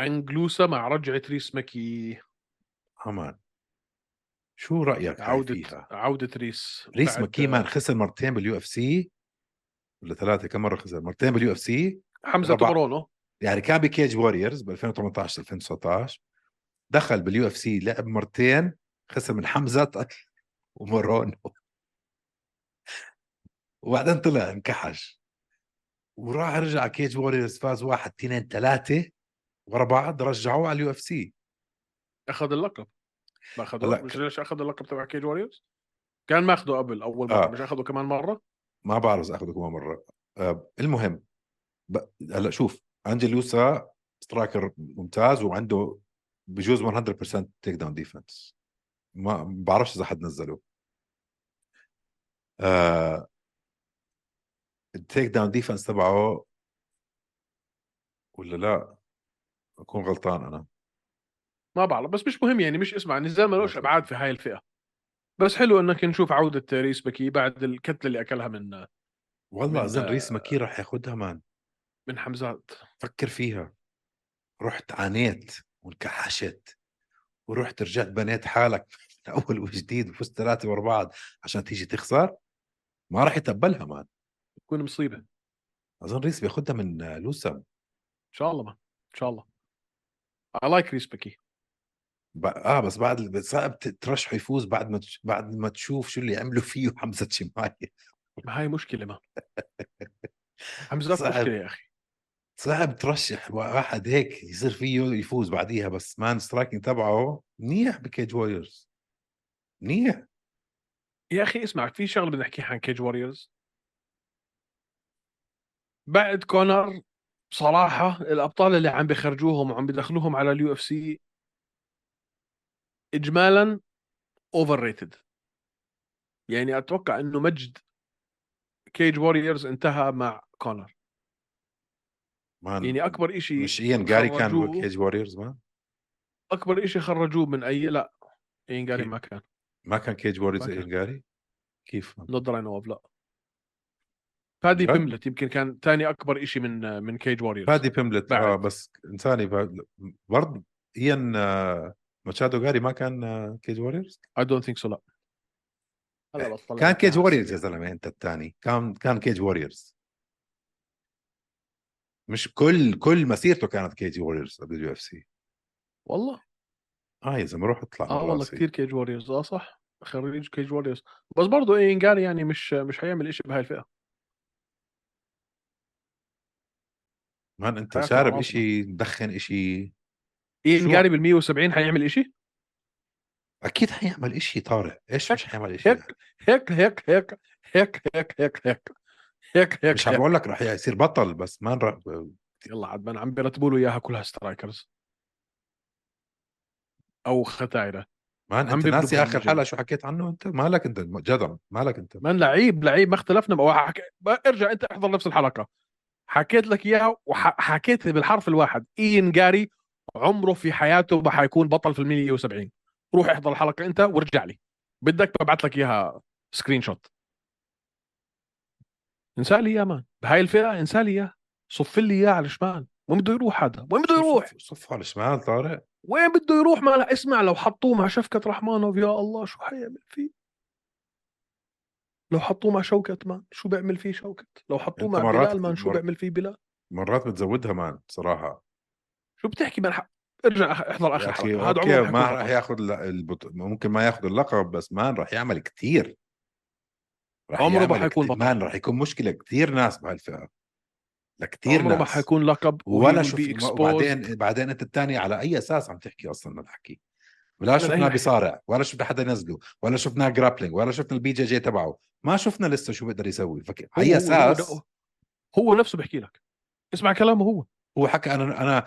Speaker 1: انجلوسا مع رجعه ريس مكي
Speaker 2: اه مان شو رايك هاي
Speaker 1: عوده
Speaker 2: فيها؟
Speaker 1: عوده ريس
Speaker 2: ريس
Speaker 1: بعد-
Speaker 2: مكي مان خسر مرتين باليو اف سي ولا ثلاثه كم مره خسر مرتين باليو اف سي
Speaker 1: حمزه
Speaker 2: ربع.
Speaker 1: تمرونو
Speaker 2: يعني كان بكيج ووريرز ب 2018 2019 دخل باليو اف سي لعب مرتين خسر من حمزه ومورونو وبعدين طلع انكحش وراح رجع على كيج ووريرز فاز واحد اثنين ثلاثه ورا بعض رجعوه على اليو اف سي
Speaker 1: اخذ اللقب ما
Speaker 2: هلا
Speaker 1: اخذه مش ليش اخذ اللقب تبع كيج واريوز كان ماخذه قبل اول مره
Speaker 2: آه.
Speaker 1: آه. مش اخذه كمان مره
Speaker 2: ما بعرف اذا اخذه كمان مره آه، المهم ب- هلا شوف انجلوسا سترايكر ممتاز وعنده بجوز 100% تيك داون ديفنس ما ما بعرفش اذا حد نزله آه التيك داون ديفنس تبعه ولا لا اكون غلطان انا
Speaker 1: ما بعرف بس مش مهم يعني مش اسمع النزال ما لهوش ابعاد في هاي الفئه بس حلو انك نشوف عوده ريس مكي بعد الكتله اللي اكلها من
Speaker 2: والله
Speaker 1: من-
Speaker 2: اظن ريس مكي راح ياخذها مان
Speaker 1: من حمزات
Speaker 2: فكر فيها رحت عانيت وانكحشت ورحت رجعت بنيت حالك من اول وجديد وفزت ثلاثه ورا بعض عشان تيجي تخسر ما راح يتقبلها مان
Speaker 1: تكون مصيبه ان
Speaker 2: اظن ريس بياخذها من آه، لوسم
Speaker 1: شاء الله ما ان شاء الله I like ريس مكي
Speaker 2: ب... اه بس بعد ال- صعب ت- ترشحه يفوز بعد ما تش- بعد ما تشوف شو اللي عملوا فيه حمزه شماية
Speaker 1: ما هاي مشكله ما حمزات
Speaker 2: صعب.
Speaker 1: مشكله يا اخي
Speaker 2: صعب ترشح واحد هيك يصير فيه يفوز بعديها بس مان سترايكنج تبعه منيح بكيج ووريرز منيح
Speaker 1: يا اخي اسمع في شغله بدنا نحكيها عن كيج واريورز بعد كونر بصراحه الابطال اللي عم بيخرجوهم وعم بيدخلوهم على اليو اف سي اجمالا اوفر ريتد يعني اتوقع انه مجد كيج واريورز انتهى مع كونر
Speaker 2: مان
Speaker 1: يعني اكبر شيء
Speaker 2: مش ايان جاري كان
Speaker 1: خرجوه.
Speaker 2: بكيج ووريرز مان
Speaker 1: اكبر شيء خرجوه من اي لا اين قال
Speaker 2: كي-
Speaker 1: ما كان
Speaker 2: ما كان كيج ووريرز
Speaker 1: ما كان.
Speaker 2: ايان جاري كيف مان؟
Speaker 1: نضر نوب لا بادي
Speaker 2: جد؟
Speaker 1: بيملت يمكن كان ثاني اكبر شيء من من كيج واريورز
Speaker 2: بادي بيملت
Speaker 1: بعد.
Speaker 2: اه بس انساني برضه ايان آه، ماتشادو جاري ما كان آه، كيج ووريرز
Speaker 1: اي دونت ثينك سو لا هلا بطلع
Speaker 2: كان
Speaker 1: لك
Speaker 2: كيج
Speaker 1: إياها
Speaker 2: ووريرز يا
Speaker 1: سريع.
Speaker 2: زلمه انت الثاني كان كان كيج ووريرز مش كل كل مسيرته كانت كيج ووريرز قبل اليو اف سي
Speaker 1: والله
Speaker 2: اه يا زلمه روح اطلع
Speaker 1: اه
Speaker 2: من
Speaker 1: والله
Speaker 2: راسي.
Speaker 1: كثير كيج واريورز اه صح خريج كيج واريورز بس برضه ايه انجاري يعني مش مش حيعمل شيء بهاي الفئه
Speaker 2: مان انت
Speaker 1: حياكل
Speaker 2: شارب
Speaker 1: راسنا.
Speaker 2: اشي مدخن اشي
Speaker 1: ايه
Speaker 2: شو؟
Speaker 1: انجاري بال 170 حيعمل شيء
Speaker 2: اكيد حيعمل اشي طارق ايش مش حيعمل اشي
Speaker 1: هيك هيك هيك هيك هيك هيك هيك هيك هيك هيك
Speaker 2: مش عم
Speaker 1: هيك
Speaker 2: بقول لك رح يصير بطل بس مان رح...
Speaker 1: يلا عاد ما أنا عم بيرتبوا له اياها كلها سترايكرز او ختايره
Speaker 2: مان
Speaker 1: عم
Speaker 2: انت
Speaker 1: بيبدوا
Speaker 2: ناسي
Speaker 1: بهم
Speaker 2: اخر
Speaker 1: الجيم.
Speaker 2: حلقه شو حكيت عنه انت مالك انت جدع مالك انت
Speaker 1: من لعيب لعيب ما اختلفنا بقى حك... بقى ارجع انت احضر نفس الحلقه حكيت لك اياها وحكيت بالحرف الواحد اين جاري عمره في حياته ما حيكون بطل في ال 170 روح احضر الحلقه انت وارجع لي بدك ببعث لك اياها سكرين شوت انسى لي اياه مان بهاي الفئه انسى لي اياه صف لي اياه على الشمال وين بده يروح هذا وين بده يروح
Speaker 2: صف- صفه على الشمال طارق
Speaker 1: وين بده يروح ما لا اسمع لو حطوه مع شفكة رحمانوف يا الله شو حيعمل فيه لو حطوه مع شوكت مان شو بيعمل فيه شوكت لو حطوه
Speaker 2: أنت
Speaker 1: مع
Speaker 2: مرات
Speaker 1: بلال مان شو
Speaker 2: مر-
Speaker 1: بيعمل فيه بلال
Speaker 2: مرات بتزودها مان بصراحه
Speaker 1: شو بتحكي من حق ارجع أخ- احضر
Speaker 2: يا
Speaker 1: اخر
Speaker 2: اخي
Speaker 1: حلقه هذا
Speaker 2: اوكي
Speaker 1: عمره
Speaker 2: ما راح ياخذ البط... ممكن ما ياخذ اللقب بس مان راح يعمل كثير
Speaker 1: عمره ما
Speaker 2: يعمل
Speaker 1: حيكون
Speaker 2: كتير-
Speaker 1: بطل.
Speaker 2: مان راح يكون مشكله كثير ناس بهالفئه لكثير
Speaker 1: عمره
Speaker 2: ناس
Speaker 1: ما حيكون لقب
Speaker 2: ولا
Speaker 1: شفت
Speaker 2: شفت بعدين بعدين انت الثاني على اي اساس عم تحكي اصلا الحكي ولا شفناه
Speaker 1: ناحية.
Speaker 2: بصارع ولا شفنا حدا ينزله ولا شفناه جرابلينج ولا شفنا البي جي جي تبعه ما شفنا لسه شو بيقدر يسوي فك... على اي اساس
Speaker 1: هو نفسه بيحكي لك اسمع كلامه هو
Speaker 2: هو حكى انا انا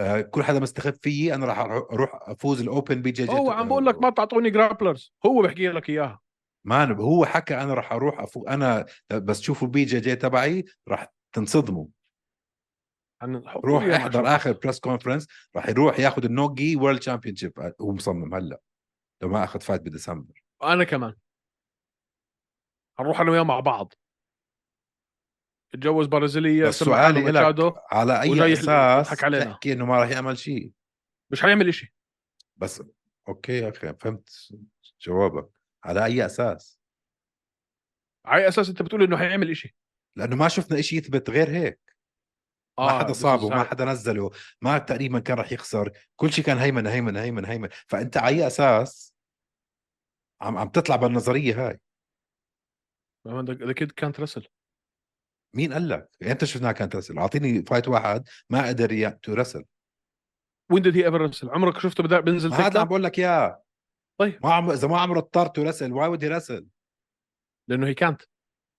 Speaker 2: آه، كل حدا مستخف فيي انا راح أرو- اروح افوز الاوبن بي جي جي
Speaker 1: هو عم بقول لك ما تعطوني جرابلرز هو بحكي لك اياها
Speaker 2: ما أنا- هو حكى انا راح اروح افوز انا بس تشوفوا البي جي جي تبعي راح تنصدموا
Speaker 1: عن- حطوا
Speaker 2: روح
Speaker 1: إياها مع شو.
Speaker 2: احضر اخر بريس كونفرنس راح يروح ياخذ النوكي وورلد تشامبيون شيب هو مصمم هلا لو ما اخذ فايت بديسمبر
Speaker 1: انا كمان هنروح انا وياه مع بعض اتجوز برازيليه
Speaker 2: بس
Speaker 1: سمع
Speaker 2: سؤالي
Speaker 1: عنه
Speaker 2: إلك،
Speaker 1: مachado،
Speaker 2: على
Speaker 1: وجاي
Speaker 2: اي
Speaker 1: يحلف-
Speaker 2: اساس
Speaker 1: يضحك علينا.
Speaker 2: تحكي انه ما راح يعمل شيء
Speaker 1: مش هيعمل شيء
Speaker 2: بس اوكي يا اخي فهمت جوابك على اي اساس
Speaker 1: على اساس انت بتقول انه هيعمل شيء
Speaker 2: لانه ما شفنا شيء يثبت غير هيك ما
Speaker 1: آه،
Speaker 2: حدا صابه ما حدا نزله ما تقريبا كان راح يخسر كل شيء كان هيمن هيمن هيمن هيمن فانت على اي اساس عم عم تطلع بالنظريه هاي
Speaker 1: ذا كيد كانت رسل
Speaker 2: مين قال لك انت شفناه كان ترسل اعطيني فايت واحد ما قدر ي- تو رسل
Speaker 1: وين ديد هي ايفر رسل عمرك شفته بدا بينزل
Speaker 2: ما هذا عم
Speaker 1: تكتا
Speaker 2: بقول لك اياه
Speaker 1: طيب.
Speaker 2: ما عم اذا ما عمره اضطر تو رسل واي ود رسل
Speaker 1: لانه هي كانت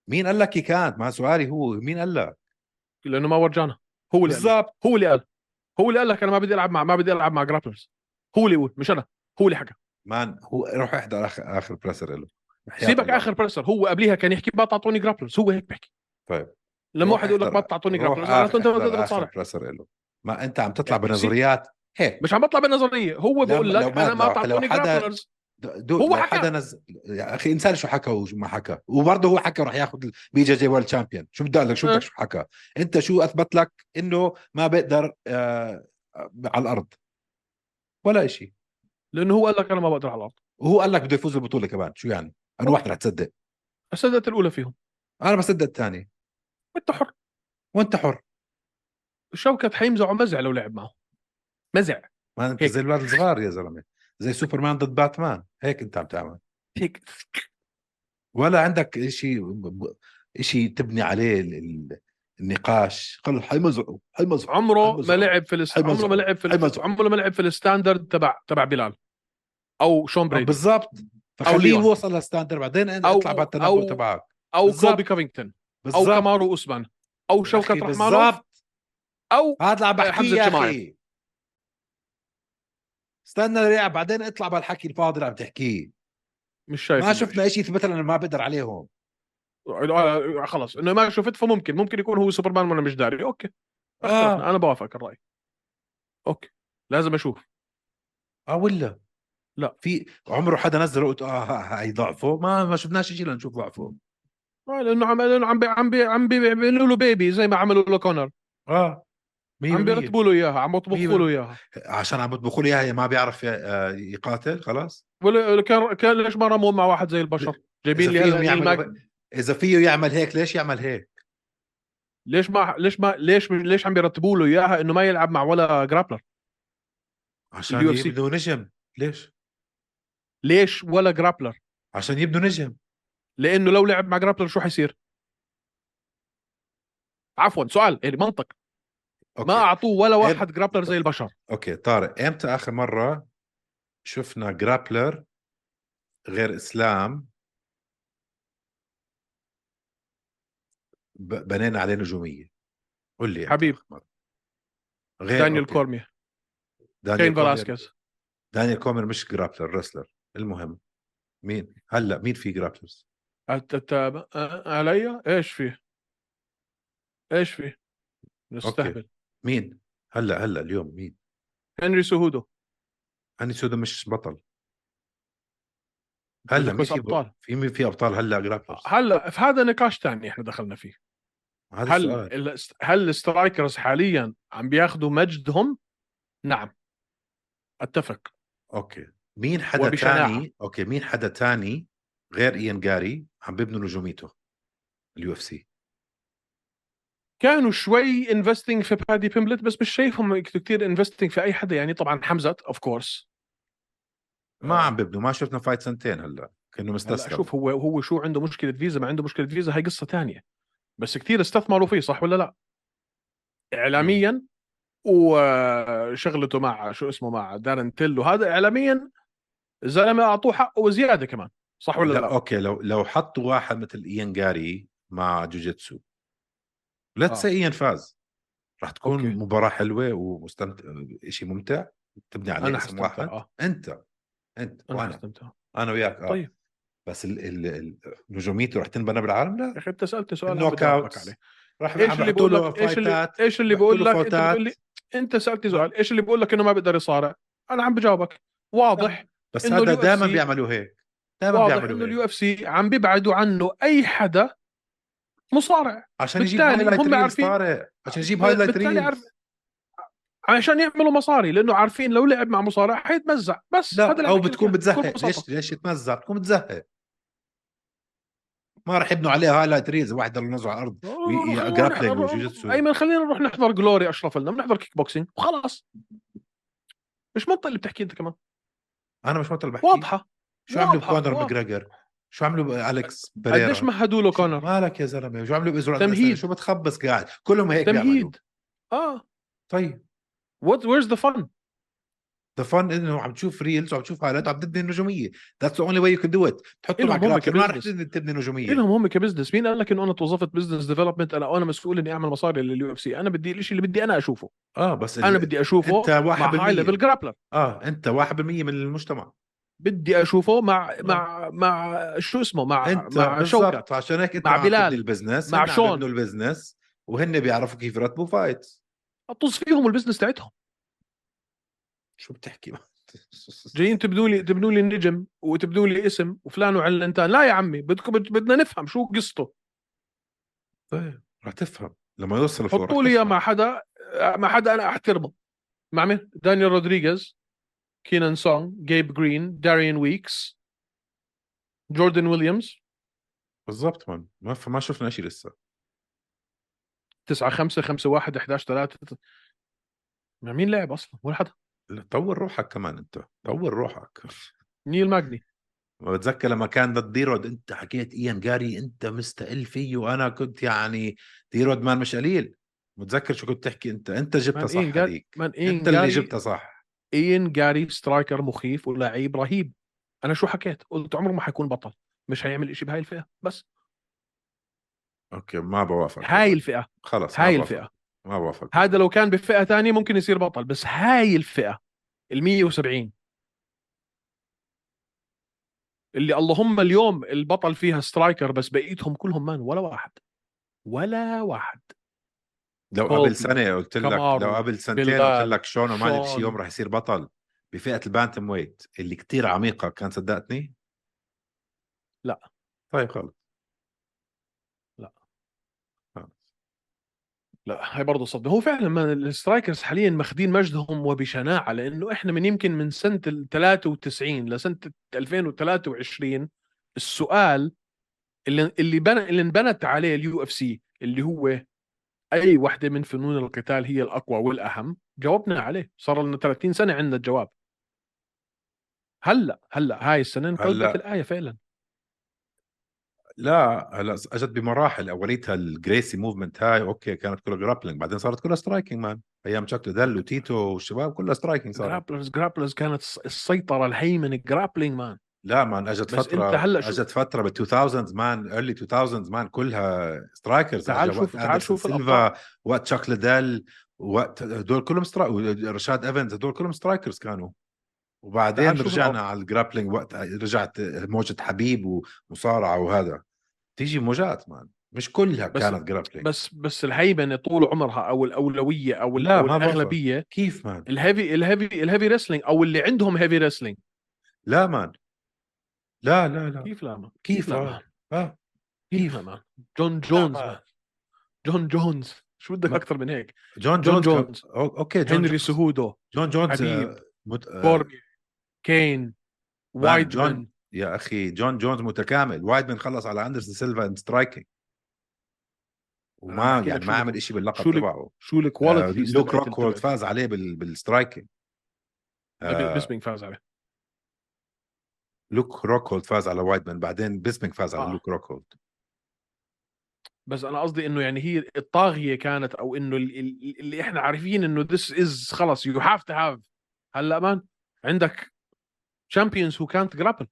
Speaker 2: مين قال لك هي كانت ما سؤالي هو مين قال لك
Speaker 1: لانه ما ورجانا هو اللي قال لي.
Speaker 2: بالضبط
Speaker 1: هو اللي قال هو اللي قال لك انا ما بدي العب مع ما بدي العب مع جرابلرز هو اللي يقول مش انا هو اللي حكى
Speaker 2: مان هو روح احضر اخر اخر بريسر له
Speaker 1: سيبك اخر بريسر هو قبليها كان يحكي ما تعطوني جرابلرز هو هيك بيحكي
Speaker 2: طيب.
Speaker 1: لما واحد يقول لك ما تعطوني جرابلرز معناته انت ما تقدر تصارع
Speaker 2: بريسر له ما انت عم تطلع
Speaker 1: يعني سيب-
Speaker 2: بنظريات هيك
Speaker 1: مش عم بطلع بالنظريه هو
Speaker 2: لما-
Speaker 1: بقول
Speaker 2: لو
Speaker 1: لك
Speaker 2: ما-
Speaker 1: انا ما
Speaker 2: لو-
Speaker 1: تعطوني
Speaker 2: لو حدا-
Speaker 1: جرابلرز
Speaker 2: دو
Speaker 1: هو
Speaker 2: هو
Speaker 1: حكى.
Speaker 2: حكى حدا نز... يا اخي انسان شو حكى وما حكى وبرضه هو حكى راح ياخذ البي جي جي وورلد شامبيون شو بدي أقول لك شو
Speaker 1: أه.
Speaker 2: بدك شو حكى انت شو اثبت لك انه ما بقدر آه على الارض ولا شيء
Speaker 1: لانه هو قال لك انا ما بقدر على الارض
Speaker 2: وهو قال لك بده يفوز بالبطوله كمان شو يعني انا واحد رح تصدق
Speaker 1: السدات الاولى فيهم
Speaker 2: انا بصدق الثاني
Speaker 1: انت حر
Speaker 2: وانت حر
Speaker 1: شوكت حيمزعه مزع لو لعب معه مزع
Speaker 2: ما انت
Speaker 1: هيك.
Speaker 2: زي الولد الصغار يا زلمه زي سوبرمان ضد باتمان هيك انت عم تعمل
Speaker 1: هيك
Speaker 2: ولا عندك شيء شيء تبني عليه ال- ال- النقاش قال حيمزعوا حيمزعوا
Speaker 1: عمره ما
Speaker 2: حيمزعه.
Speaker 1: لعب في الاست... عمره
Speaker 2: حيمزعه.
Speaker 1: ما لعب في الاست...
Speaker 2: حيمزعه.
Speaker 1: عمره ما لعب في الستاندرد تبع تبع بلال او شون بريدي
Speaker 2: بالضبط فخليه
Speaker 1: ليون.
Speaker 2: يوصل للستاندر بعدين انت
Speaker 1: أو-
Speaker 2: اطلع بالتنبؤ
Speaker 1: أو-
Speaker 2: تبعك
Speaker 1: او
Speaker 2: بالظبط.
Speaker 1: كوبي كوفينغتون او
Speaker 2: بالضبط
Speaker 1: كامارو اوسمان او
Speaker 2: يا
Speaker 1: شوكت
Speaker 2: أخي،
Speaker 1: رحمانوف
Speaker 2: بالضبط
Speaker 1: او
Speaker 2: هذا اللي عم
Speaker 1: إيه، حمزة
Speaker 2: بحكيه يا
Speaker 1: جماعي.
Speaker 2: اخي استنى ريع بعدين اطلع بالحكي الفاضي اللي عم تحكيه
Speaker 1: مش شايف
Speaker 2: ما
Speaker 1: إنه
Speaker 2: شفنا شيء يثبت لنا إنه ما بقدر عليهم
Speaker 1: آه، آه، خلص انه ما شفت فممكن ممكن يكون هو سوبرمان وانا مش داري اوكي
Speaker 2: آه.
Speaker 1: اختلفنا. انا بوافقك الراي اوكي لازم اشوف
Speaker 2: اه ولا
Speaker 1: لا.
Speaker 2: في عمره حدا نزله قلت اه هاي ضعفه ما ما شفناش شيء لنشوف ضعفه
Speaker 1: آه، لانه عم لانه عم بي- عم بي- عم بي- بيعملوا له بيبي زي ما عملوا له كونر
Speaker 2: اه
Speaker 1: آه. عم بيرتبوا له اياها عم يطبخوا
Speaker 2: مية
Speaker 1: له اياها
Speaker 2: عشان عم بطبخوا لي اياها ما بيعرف ي- آه، يقاتل خلاص
Speaker 1: ولا كان كان ليش ما رموا مع واحد زي البشر جايبين لي
Speaker 2: إذا فيهم
Speaker 1: هلا نيل ماك-
Speaker 2: يعمل اذا فيه يعمل هيك ليش يعمل هيك
Speaker 1: ليش ما ليش ما ليش ليش عم بيرتبوا له اياها انه ما يلعب مع ولا جرابلر
Speaker 2: عشان
Speaker 1: ال UFC.
Speaker 2: يبنوا نجم ليش
Speaker 1: ليش ولا جرابلر
Speaker 2: عشان يبنوا نجم
Speaker 1: لانه لو لعب مع جرابلر شو حيصير عفوا سؤال يعني منطق
Speaker 2: أوكي.
Speaker 1: ما اعطوه ولا
Speaker 2: إيه.
Speaker 1: واحد جرابلر زي البشر
Speaker 2: اوكي طارق امتى اخر مره شفنا جرابلر غير اسلام ب- بنينا عليه نجوميه قول لي يعني. إمتى
Speaker 1: حبيب.
Speaker 2: آخر مرة. غير
Speaker 1: دانيال
Speaker 2: إيه، أوكي.
Speaker 1: كورمي
Speaker 2: دانيال
Speaker 1: كين
Speaker 2: كومر-
Speaker 1: فلاسكيز
Speaker 2: دانيال كومر مش جرابلر رسلر المهم مين هلا مين في جرابلرز
Speaker 1: التتابع أه، علي ايش فيه ايش فيه نستهبل
Speaker 2: مين هلا هلا اليوم مين
Speaker 1: هنري سهودو
Speaker 2: هاني سودا مش بطل هلا مين
Speaker 1: بس
Speaker 2: في
Speaker 1: ابطال
Speaker 2: ابطال في مين في ابطال هلا جرابلرز
Speaker 1: هلا في هذا نقاش تاني احنا دخلنا فيه
Speaker 2: هذا
Speaker 1: هل
Speaker 2: السؤال.
Speaker 1: ال- هل السترايكرز حاليا عم بياخذوا مجدهم؟ نعم اتفق
Speaker 2: اوكي مين حدا
Speaker 1: وبشناعة.
Speaker 2: تاني اوكي مين حدا تاني غير ايان جاري عم بيبنوا نجوميته اليو اف سي
Speaker 1: كانوا شوي انفستنج في بادي بيمبلت بس مش شايفهم كثير انفستنج في اي حدا يعني طبعا حمزه اوف كورس
Speaker 2: ما عم بيبنوا ما شفنا فايت سنتين هلا كانه مستسلم
Speaker 1: آه. شوف هو هو شو عنده مشكله فيزا ما عنده مشكله فيزا هاي قصه تانية بس كثير استثمروا فيه صح ولا لا؟ اعلاميا وشغلته آه، مع شو اسمه مع دارن تيل وهذا اعلاميا الزلمه اعطوه حقه وزياده كمان صح ولا لا؟
Speaker 2: اوكي لو لو حطوا واحد مثل ايان جاري مع جوجيتسو
Speaker 1: آه.
Speaker 2: ليتس ايان فاز راح تكون
Speaker 1: أوكي.
Speaker 2: أوكي. مباراه حلوه ومستمتع شيء ممتع تبني عليه
Speaker 1: انا
Speaker 2: يعني اسم واحد
Speaker 1: حستمتع اه
Speaker 2: انت انت
Speaker 1: انا
Speaker 2: وانا
Speaker 1: حستمتع
Speaker 2: انا وياك اه
Speaker 1: طيب.
Speaker 2: طيب. بس ال ال ال نجوميته رح تنبنى بالعالم لا
Speaker 1: يا اخي انت سالت سؤال
Speaker 2: النوك
Speaker 1: بدي أجاوبك
Speaker 2: أوتس.
Speaker 1: عليه.
Speaker 2: راح
Speaker 1: ايش اللي بقول لك ايش اللي ايش اللي بقول لك
Speaker 2: بيعملوا
Speaker 1: انت بتقول لي انت سالتني سؤال ايش اللي بقول لك انه ما بيقدر يصارع؟ انا عم بجاوبك واضح
Speaker 2: بس
Speaker 1: إنه
Speaker 2: هذا
Speaker 1: ال UFC
Speaker 2: دائما بيعملوا هيك دائما
Speaker 1: واضح انه
Speaker 2: بيعملوا هيك
Speaker 1: اليو اف سي عم بيبعدوا عنه اي حدا مصارع
Speaker 2: عشان يجيب
Speaker 1: بالتالي هم
Speaker 2: هايلايت ريلز
Speaker 1: عارفين-
Speaker 2: طارق عشان يجيب هايلايت
Speaker 1: بالتالي
Speaker 2: ريلز
Speaker 1: عارف- عشان يعملوا مصاري لانه عارفين لو لعب مع مصارع حيتمزع بس هذا
Speaker 2: لا
Speaker 1: اللي
Speaker 2: او
Speaker 1: عم بحكي
Speaker 2: بتكون
Speaker 1: لك إياه، بكل
Speaker 2: بتزهق
Speaker 1: بساطة.
Speaker 2: ليش ليش تمزع بتكون بتزهق ما راح يبنوا عليها هايلايت ريلز واحد يضل ينزل على الارض وي-
Speaker 1: نروح-
Speaker 2: يا
Speaker 1: نروح-
Speaker 2: grappling
Speaker 1: نروح-
Speaker 2: وجوجيتسو.
Speaker 1: ايمن خلينا نروح نحضر جلوري اشرف لنا بنحضر كيك بوكسينج وخلاص مش منطق اللي بتحكيه انت كمان
Speaker 2: انا مش بطل بحكي
Speaker 1: واضحه
Speaker 2: شو عملوا
Speaker 1: واضحة،
Speaker 2: بكونر
Speaker 1: واضحة.
Speaker 2: ماجريجر شو عملوا بالكس بريرا
Speaker 1: قديش مهدوا له كونر
Speaker 2: مالك يا زلمه شو عملوا بازرائيل
Speaker 1: تمهيد.
Speaker 2: شو بتخبص قاعد كلهم هيك بيعملوا
Speaker 1: تمهيد اه
Speaker 2: طيب
Speaker 1: وات ويرز ذا فن
Speaker 2: ذا فن انه عم تشوف ريلز وعم تشوف هايلايت وعم تبني النجوميه ذاتس ذا اونلي واي يو كان دو ات تحطه مع
Speaker 1: إلهم هم
Speaker 2: grappling، ما رح
Speaker 1: كبزنس.
Speaker 2: تبني تبني نجوميه
Speaker 1: الهم هم كبزنس مين قال لك انه انا توظفت بزنس ديفلوبمنت انا انا مسؤول اني اعمل مصاري لليو اف سي انا بدي الشيء اللي بدي انا اشوفه
Speaker 2: اه بس
Speaker 1: انا
Speaker 2: ال-
Speaker 1: بدي اشوفه
Speaker 2: انت
Speaker 1: مع هاي
Speaker 2: 1%
Speaker 1: ليفل جرابلر
Speaker 2: اه انت 1% من المجتمع
Speaker 1: بدي اشوفه مع مع مع شو اسمه مع
Speaker 2: انت
Speaker 1: مع شوكت
Speaker 2: آه. بالضبط عشان هيك انت
Speaker 1: مع
Speaker 2: عم تبني
Speaker 1: بلال،
Speaker 2: البزنس
Speaker 1: مع
Speaker 2: هن عم
Speaker 1: شون.
Speaker 2: يبنوا البزنس وهن بيعرفوا كيف يرتبوا فايت
Speaker 1: طز فيهم البزنس تاعتهم
Speaker 2: شو بتحكي
Speaker 1: جايين تبنوا لي تبنوا لي النجم وتبنوا لي اسم وفلان وعلنتان لا يا عمي بدكم بد- بدنا نفهم شو قصته
Speaker 2: طيب رح تفهم لما يوصل الفور رح
Speaker 1: حطوا لي اياه
Speaker 2: تفهم.
Speaker 1: مع حدا مع حدا انا احترمه مع مين دانيال رودريغيز كينان سونغ جيب جرين داريان ويكس جوردن ويليامز
Speaker 2: بالضبط من ما ف... ما شفنا شيء لسه
Speaker 1: 9 5 5 1 11 3 مع مين لعب اصلا ولا حدا
Speaker 2: لا، طور روحك كمان انت طور روحك
Speaker 1: نيل ماجني
Speaker 2: ما بتذكر لما كان ضد ديرود انت حكيت ايان جاري انت مستقل فيه وانا كنت يعني ديرود مان مش قليل متذكر شو كنت تحكي انت انت جبتها
Speaker 1: مان
Speaker 2: صح
Speaker 1: إيان جاري-
Speaker 2: هذيك
Speaker 1: من إين
Speaker 2: انت اللي
Speaker 1: جاري-
Speaker 2: جبتها صح
Speaker 1: اين جاري سترايكر مخيف ولاعيب رهيب انا شو حكيت قلت عمره ما حيكون بطل مش هيعمل إشي بهاي الفئه بس
Speaker 2: اوكي ما بوافق
Speaker 1: هاي الفئه
Speaker 2: خلص ما
Speaker 1: هاي
Speaker 2: بوافق.
Speaker 1: الفئه
Speaker 2: ما بوافق
Speaker 1: هذا لو كان بفئه ثانيه ممكن يصير بطل بس هاي الفئه ال 170 اللي اللهم اليوم البطل فيها سترايكر بس بقيتهم كلهم مان ولا واحد ولا واحد
Speaker 2: لو
Speaker 1: كولبي،
Speaker 2: قبل سنه قلت لك
Speaker 1: كامارو،
Speaker 2: لو قبل سنتين
Speaker 1: بيلال،
Speaker 2: قلت لك شون وما ادري
Speaker 1: شون.
Speaker 2: شي يوم رح يصير بطل بفئه البانتم ويت اللي كتير عميقه كان صدقتني؟
Speaker 1: لا.
Speaker 2: طيب خلص
Speaker 1: لا هي برضه صدمه هو فعلا ما السترايكرز حاليا ماخذين مجدهم وبشناعه لانه احنا من يمكن من سنه ال 93 لسنه 2023 السؤال اللي اللي بنى اللي انبنت عليه اليو اف سي اللي هو اي وحده من فنون القتال هي الاقوى والاهم جاوبنا عليه صار لنا 30 سنه عندنا الجواب هلا هلا هاي السنه انقلبت
Speaker 2: هلأ.
Speaker 1: الايه فعلا
Speaker 2: لا هلا اجت بمراحل اوليتها الجريسي موفمنت هاي اوكي كانت كلها جرابلينج بعدين صارت كلها سترايكينج مان ايام تشاك لودل وتيتو والشباب كلها سترايكينج صارت
Speaker 1: جرابلرز جرابلرز كانت السيطره الهيمنه جرابلينج مان
Speaker 2: لا مان اجت
Speaker 1: بس
Speaker 2: فتره
Speaker 1: أنت هلأ شو-
Speaker 2: اجت فتره بال 2000 مان ايرلي 2000 مان كلها سترايكرز
Speaker 1: تعال
Speaker 2: أجا
Speaker 1: شوف-
Speaker 2: وقت
Speaker 1: تعال
Speaker 2: أندرسون
Speaker 1: شوف
Speaker 2: سيلفا وقت تشاك ليدل وقت هدول كلهم سترايك رشاد ايفنز هدول كلهم سترايكرز كانوا وبعدين
Speaker 1: تعال شوف
Speaker 2: رجعنا
Speaker 1: الأرقام.
Speaker 2: على الجرابلينج وقت رجعت موجه حبيب ومصارعه وهذا تيجي موجات مان مش كلها
Speaker 1: بس-
Speaker 2: كانت جرابلينج
Speaker 1: بس بس الهيمنه طول عمرها او الاولويه او, ال-
Speaker 2: لا،
Speaker 1: أو
Speaker 2: ما بعرف.
Speaker 1: الاغلبيه
Speaker 2: كيف مان
Speaker 1: الهيفي الهيفي الهيفي ريسلينج او اللي عندهم هيفي ريسلينج
Speaker 2: لا مان لا لا لا
Speaker 1: كيف لا مان؟
Speaker 2: كيف
Speaker 1: لا
Speaker 2: آه.
Speaker 1: مان؟
Speaker 2: آه.
Speaker 1: كيف لا مان؟ جون جونز
Speaker 2: مان.
Speaker 1: مان. جون جونز شو بدك
Speaker 2: ما-
Speaker 1: اكثر من هيك؟
Speaker 2: جون
Speaker 1: جون
Speaker 2: جونز كان-
Speaker 1: جونز.
Speaker 2: أو- اوكي جون
Speaker 1: هنري
Speaker 2: جونز.
Speaker 1: سهودو
Speaker 2: جون جونز آه،
Speaker 1: حبيب.
Speaker 2: مت... آه،
Speaker 1: بورمي كين
Speaker 2: مان،
Speaker 1: وايدمان
Speaker 2: جون يا اخي جون جونز متكامل وايدمان خلص على اندرسون سيلفا ان سترايكينج
Speaker 1: أنا
Speaker 2: وما
Speaker 1: بحكي لك
Speaker 2: يعني
Speaker 1: شو
Speaker 2: ما عمل
Speaker 1: لك-
Speaker 2: شيء
Speaker 1: شو
Speaker 2: باللقب
Speaker 1: لك-
Speaker 2: تبعه
Speaker 1: شو
Speaker 2: آه،
Speaker 1: الكواليتي
Speaker 2: لوك روكفورد فاز عليه بال... بالسترايكينج آه،
Speaker 1: بيسبينج فاز عليه
Speaker 2: لوك روكفورد فاز على وايدمان بعدين بيسبينج فاز على
Speaker 1: آه.
Speaker 2: لوك روكفورد
Speaker 1: بس انا قصدي انه يعني هي الطاغيه كانت او انه ال- ال- اللي احنا عارفين انه ذس از خلص يو هاف تو هاف هلا مان عندك شامبيونز هو كانت جرابل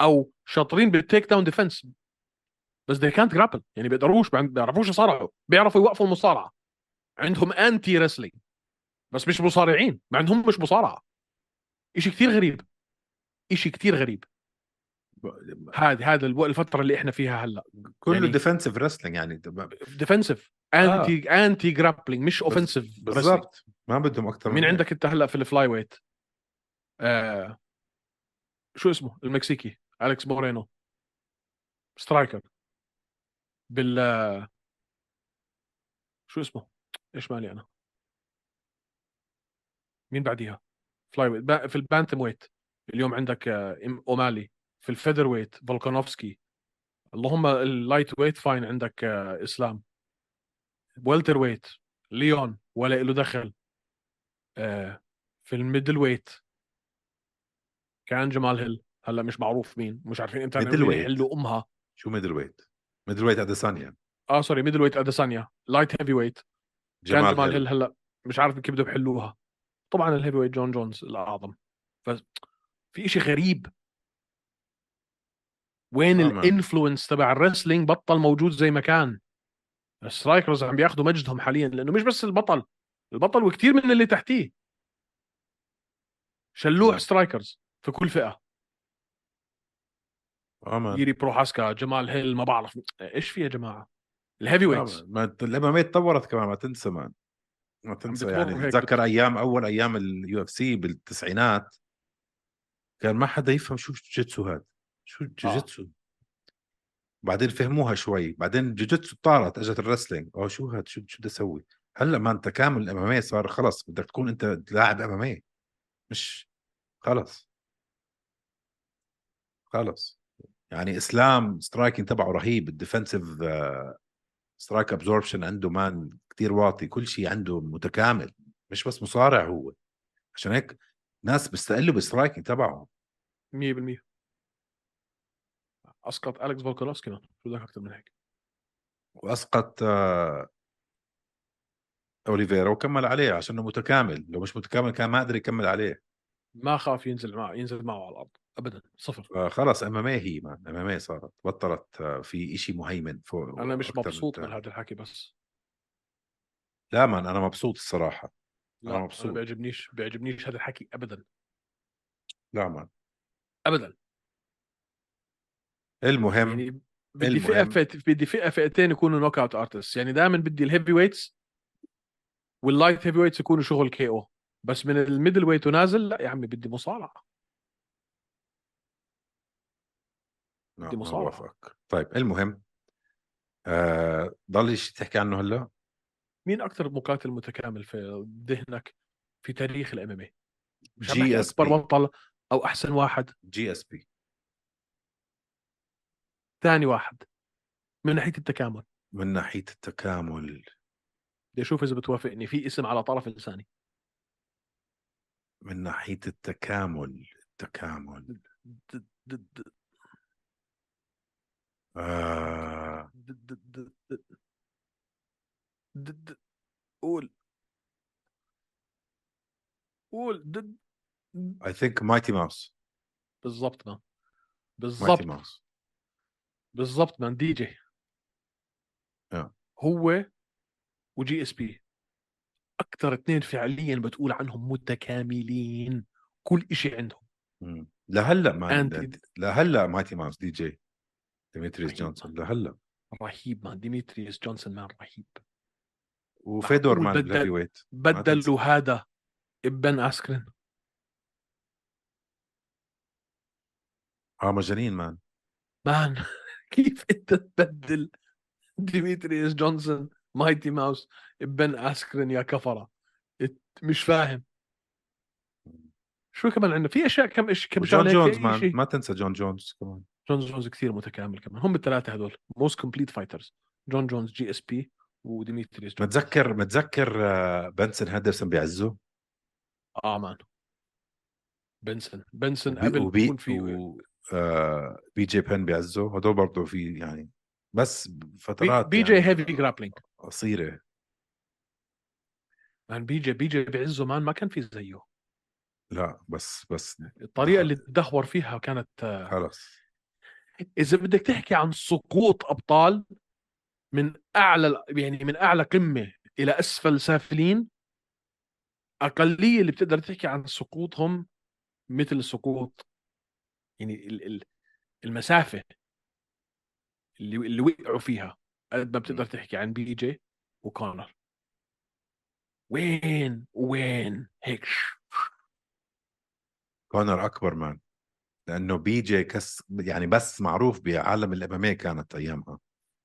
Speaker 1: او شاطرين بالتيك داون ديفنس بس they can't grapple يعني بيقدروش بيعرفوش يصارعوا بيعرفوا يوقفوا المصارعه عندهم انتي ريسلينج بس مش مصارعين ما عندهم مش مصارعه اشي كثير غريب اشي كثير غريب هذه هذا الو- الفتره اللي احنا فيها هلا
Speaker 2: كله يعني
Speaker 1: يعني-
Speaker 2: ديفنسيف رسلينج يعني ده-
Speaker 1: ديفنسيف
Speaker 2: آه.
Speaker 1: انتي انتي جرابلينج مش
Speaker 2: بس-
Speaker 1: اوفنسيف
Speaker 2: بالضبط ما بدهم اكثر
Speaker 1: مين عندك انت هلا في الفلاي ويت آه شو اسمه المكسيكي اليكس مورينو سترايكر بال آه، شو اسمه ايش مالي انا مين بعديها فلاي ويت با- في البانتم ويت اليوم عندك آه، إم- اومالي في الفيذر ويت فولكانوفسكي اللهم اللايت ويت فاين عندك آه، اسلام والتر ويت ليون ولا له دخل آه، في الميدل ويت كان جمال هيل هلا مش معروف مين مش عارفين إيه، امتى
Speaker 2: ميدل ويت.
Speaker 1: يحلوا امها
Speaker 2: شو ميدل ويت ميدل ويت اديسانيا
Speaker 1: اه سوري ميدل ويت اديسانيا لايت هيفي ويت كان جمال
Speaker 2: هيل.
Speaker 1: هيل هلا مش عارف كيف بدهم يحلوها طبعا الهيفي ويت جون جونز الاعظم بس في إشي غريب وين
Speaker 2: آه، مان.
Speaker 1: الانفلونس تبع الرسلينج بطل موجود زي ما كان السترايكرز عم بياخذوا مجدهم حاليا لانه مش بس البطل البطل وكثير من اللي تحتيه شلوح سترايكرز في كل فئه
Speaker 2: آه، مان.
Speaker 1: ييري بروحاسكا جمال هيل ما بعرف ايش في يا جماعه الهيفي
Speaker 2: آه،
Speaker 1: ويتس
Speaker 2: ما ت- الام ام تطورت كمان ما تنسى مان ما تنسى
Speaker 1: بتمر
Speaker 2: يعني
Speaker 1: هيك
Speaker 2: تتذكر ايام اول ايام اليو اف سي بالتسعينات كان ما حدا يفهم شو الجوجيتسو هذا شو الجوجيتسو بعدين فهموها شوي بعدين الجوجيتسو طارت اجت الرسلينج او شو هاد شو شو بدي اسوي هلا ما انت كامل الام صار خلص بدك تكون انت لاعب ام مش خلص خلص يعني اسلام سترايكنج تبعه رهيب الديفنسيف سترايك ابزوربشن عنده مان كتير واطي كل شيء عنده متكامل مش بس مصارع هو عشان هيك ناس بيستقلوا بالسترايكنج تبعه
Speaker 1: 100% اسقط اليكس فولكانوفسكي مان شو بدك اكثر من هيك
Speaker 2: واسقط آه، اوليفيرا وكمل عليه عشان إنه متكامل لو مش متكامل كان ما قدر يكمل عليه
Speaker 1: ما خاف ينزل معه ينزل معه على الارض ابدا صفر
Speaker 2: خلاص ام ام إيه هي مان ام ام صارت بطلت آه، في إشي مهيمن فوق
Speaker 1: انا مش
Speaker 2: أكتر
Speaker 1: مبسوط من
Speaker 2: التاني.
Speaker 1: هذا الحكي بس
Speaker 2: لا مان انا مبسوط الصراحه أنا
Speaker 1: لا انا
Speaker 2: مبسوط.
Speaker 1: مبسوط بيعجبنيش بيعجبنيش هذا الحكي ابدا
Speaker 2: لا مان
Speaker 1: ابدا
Speaker 2: المهم
Speaker 1: يعني بدي فئه
Speaker 2: المهم.
Speaker 1: فئت بدي فئه فئتين يكونوا نوك اوت ارتست يعني دائما بدي الهيفي ويتس واللايت هيفي ويتس يكونوا شغل كي او بس من الميدل ويت ونازل لا يا عمي بدي مصارعه
Speaker 2: لا،
Speaker 1: بدي
Speaker 2: ما
Speaker 1: مصارعة.
Speaker 2: بوافقك آه، طيب المهم آه ضل شيء تحكي عنه هلا
Speaker 1: مين اكثر مقاتل متكامل في ذهنك في تاريخ الام ام مش
Speaker 2: GSP.
Speaker 1: جي اكبر بطل او احسن واحد
Speaker 2: جي اس بي
Speaker 1: ثاني واحد من ناحيه التكامل
Speaker 2: من ناحيه التكامل
Speaker 1: بدي اشوف اذا بتوافقني في اسم على طرف لساني
Speaker 2: من ناحيه التكامل التكامل
Speaker 1: د- د- د-
Speaker 2: آه
Speaker 1: د- د- د- د- د- د- قول قول د- د-
Speaker 2: I think Mighty Mouse
Speaker 1: بالضبط مان
Speaker 2: Mighty
Speaker 1: بالضبط
Speaker 2: Mouse
Speaker 1: بالضبط مان دي جي
Speaker 2: آه.
Speaker 1: هو وجي اس بي اكثر اثنين فعليا بتقول عنهم متكاملين كل إشي عندهم
Speaker 2: مم. لهلا ما
Speaker 1: أنت-
Speaker 2: لهلا مايتي ماوس دي جي ديمتريس
Speaker 1: رهيب.
Speaker 2: جونسون لهلا
Speaker 1: رهيب مان ديمتريوس جونسون مان رهيب
Speaker 2: وفيدور
Speaker 1: معقول
Speaker 2: مان
Speaker 1: بدل-
Speaker 2: الهيفي ويت تنسى.
Speaker 1: بدلوا هذا ابن اسكرين
Speaker 2: اه مجانين مان
Speaker 1: مان كيف انت تبدل ديمتريوس جونسون مايتي ماوس ابن اسكرين يا كفره إت- مش فاهم شو كمان عندنا في اشياء كم ايش كم
Speaker 2: جون
Speaker 1: شغله
Speaker 2: جونز
Speaker 1: هيك، إشي.
Speaker 2: مان ما تنسى جون جونز كمان
Speaker 1: جون جونز كثير متكامل كمان هم الثلاثه هذول موست كومبليت فايترز جون جونز جي اس بي وديمتريوس جونسون
Speaker 2: متذكر متذكر آه، بنسن هندرسون بيعزه
Speaker 1: اه آه، مان بنسون بنسون
Speaker 2: وبي-
Speaker 1: قبل
Speaker 2: وبي-
Speaker 1: يكون في
Speaker 2: و- آه بي جي بن بيعزه هدول برضه في يعني بس
Speaker 1: بي,
Speaker 2: فترات
Speaker 1: بي جي
Speaker 2: يعني
Speaker 1: هيفي جرابلينج
Speaker 2: قصيره
Speaker 1: مان يعني بي جي بي جي بعزه مان ما كان في زيه
Speaker 2: لا بس بس
Speaker 1: الطريقه
Speaker 2: آه.
Speaker 1: اللي تدهور فيها كانت آه،
Speaker 2: خلص
Speaker 1: اذا بدك تحكي عن سقوط ابطال من اعلى يعني من اعلى قمه الى اسفل سافلين اقليه اللي بتقدر تحكي عن سقوطهم مثل سقوط يعني ال- ال- المسافه اللي اللي وقعوا فيها قد ما بتقدر تحكي عن بي جي وكونر وين وين هيك
Speaker 2: كونر اكبر مان لانه بي جي كس يعني بس معروف بعالم الاماميه إيه كانت ايامها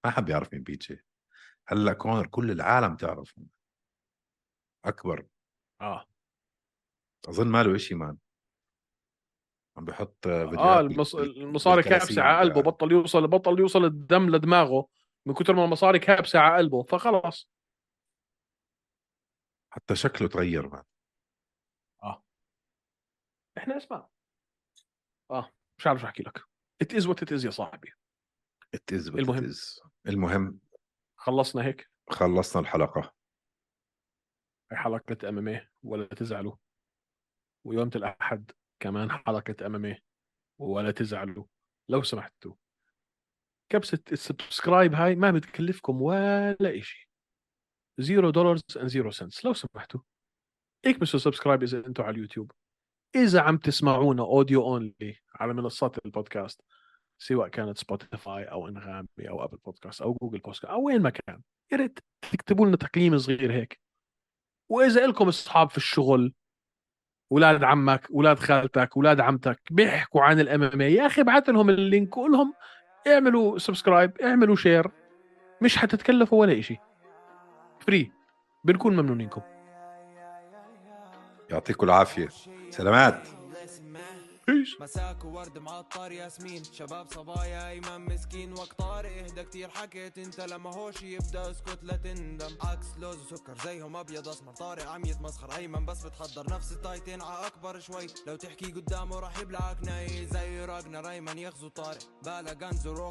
Speaker 2: ما حد بيعرف مين بي جي هلا كونر كل العالم تعرفه اكبر
Speaker 1: اه
Speaker 2: اظن ما له شيء مان عم بحط فيديوهات
Speaker 1: اه
Speaker 2: بال-
Speaker 1: المص...
Speaker 2: بال-
Speaker 1: المصاري
Speaker 2: بالكراسي
Speaker 1: كابسه على
Speaker 2: عم
Speaker 1: قلبه بطل يوصل بطل يوصل الدم لدماغه من كثر ما المصاري كابسه على قلبه فخلص
Speaker 2: حتى شكله تغير مان
Speaker 1: احنا اسمع اه مش عارف شو احكي لك ات از وات ات از يا صاحبي
Speaker 2: It is what
Speaker 1: المهم.
Speaker 2: it is. المهم
Speaker 1: خلصنا هيك
Speaker 2: خلصنا الحلقه
Speaker 1: هي حلقه اماميه ولا تزعلوا ويوم الاحد كمان حلقه اماميه ولا تزعلوا لو سمحتوا كبسه السبسكرايب هاي ما بتكلفكم ولا شيء زيرو دولارز اند زيرو سنتس لو سمحتوا اكبسوا سبسكرايب اذا انتم على اليوتيوب اذا عم تسمعونا اوديو اونلي على منصات البودكاست سواء كانت سبوتيفاي او انغامي او ابل بودكاست او جوجل بودكاست او وين ما كان يا ريت تكتبوا لنا تقييم صغير هيك واذا لكم اصحاب في الشغل اولاد عمك اولاد خالتك اولاد عمتك بيحكوا عن الام إيه. يا اخي ابعث لهم اللينك وقول لهم اعملوا سبسكرايب اعملوا شير مش حتتكلفوا ولا إشي فري بنكون ممنونينكم
Speaker 2: يعطيكم العافيه سلامات
Speaker 1: بيس
Speaker 3: مساك وورد معطر ياسمين شباب صبايا ايمن مسكين وقت طارق اهدى كتير حكيت انت لما هوش يبدا اسكت لا تندم عكس لوز وسكر زيهم ابيض اسمر طارق عم يتمسخر ايمن بس بتحضر نفس التايتين ع اكبر شوي لو تحكي قدامه راح يبلعك ناي زي راجنا ريمان يغزو طارق بالا غنز وروك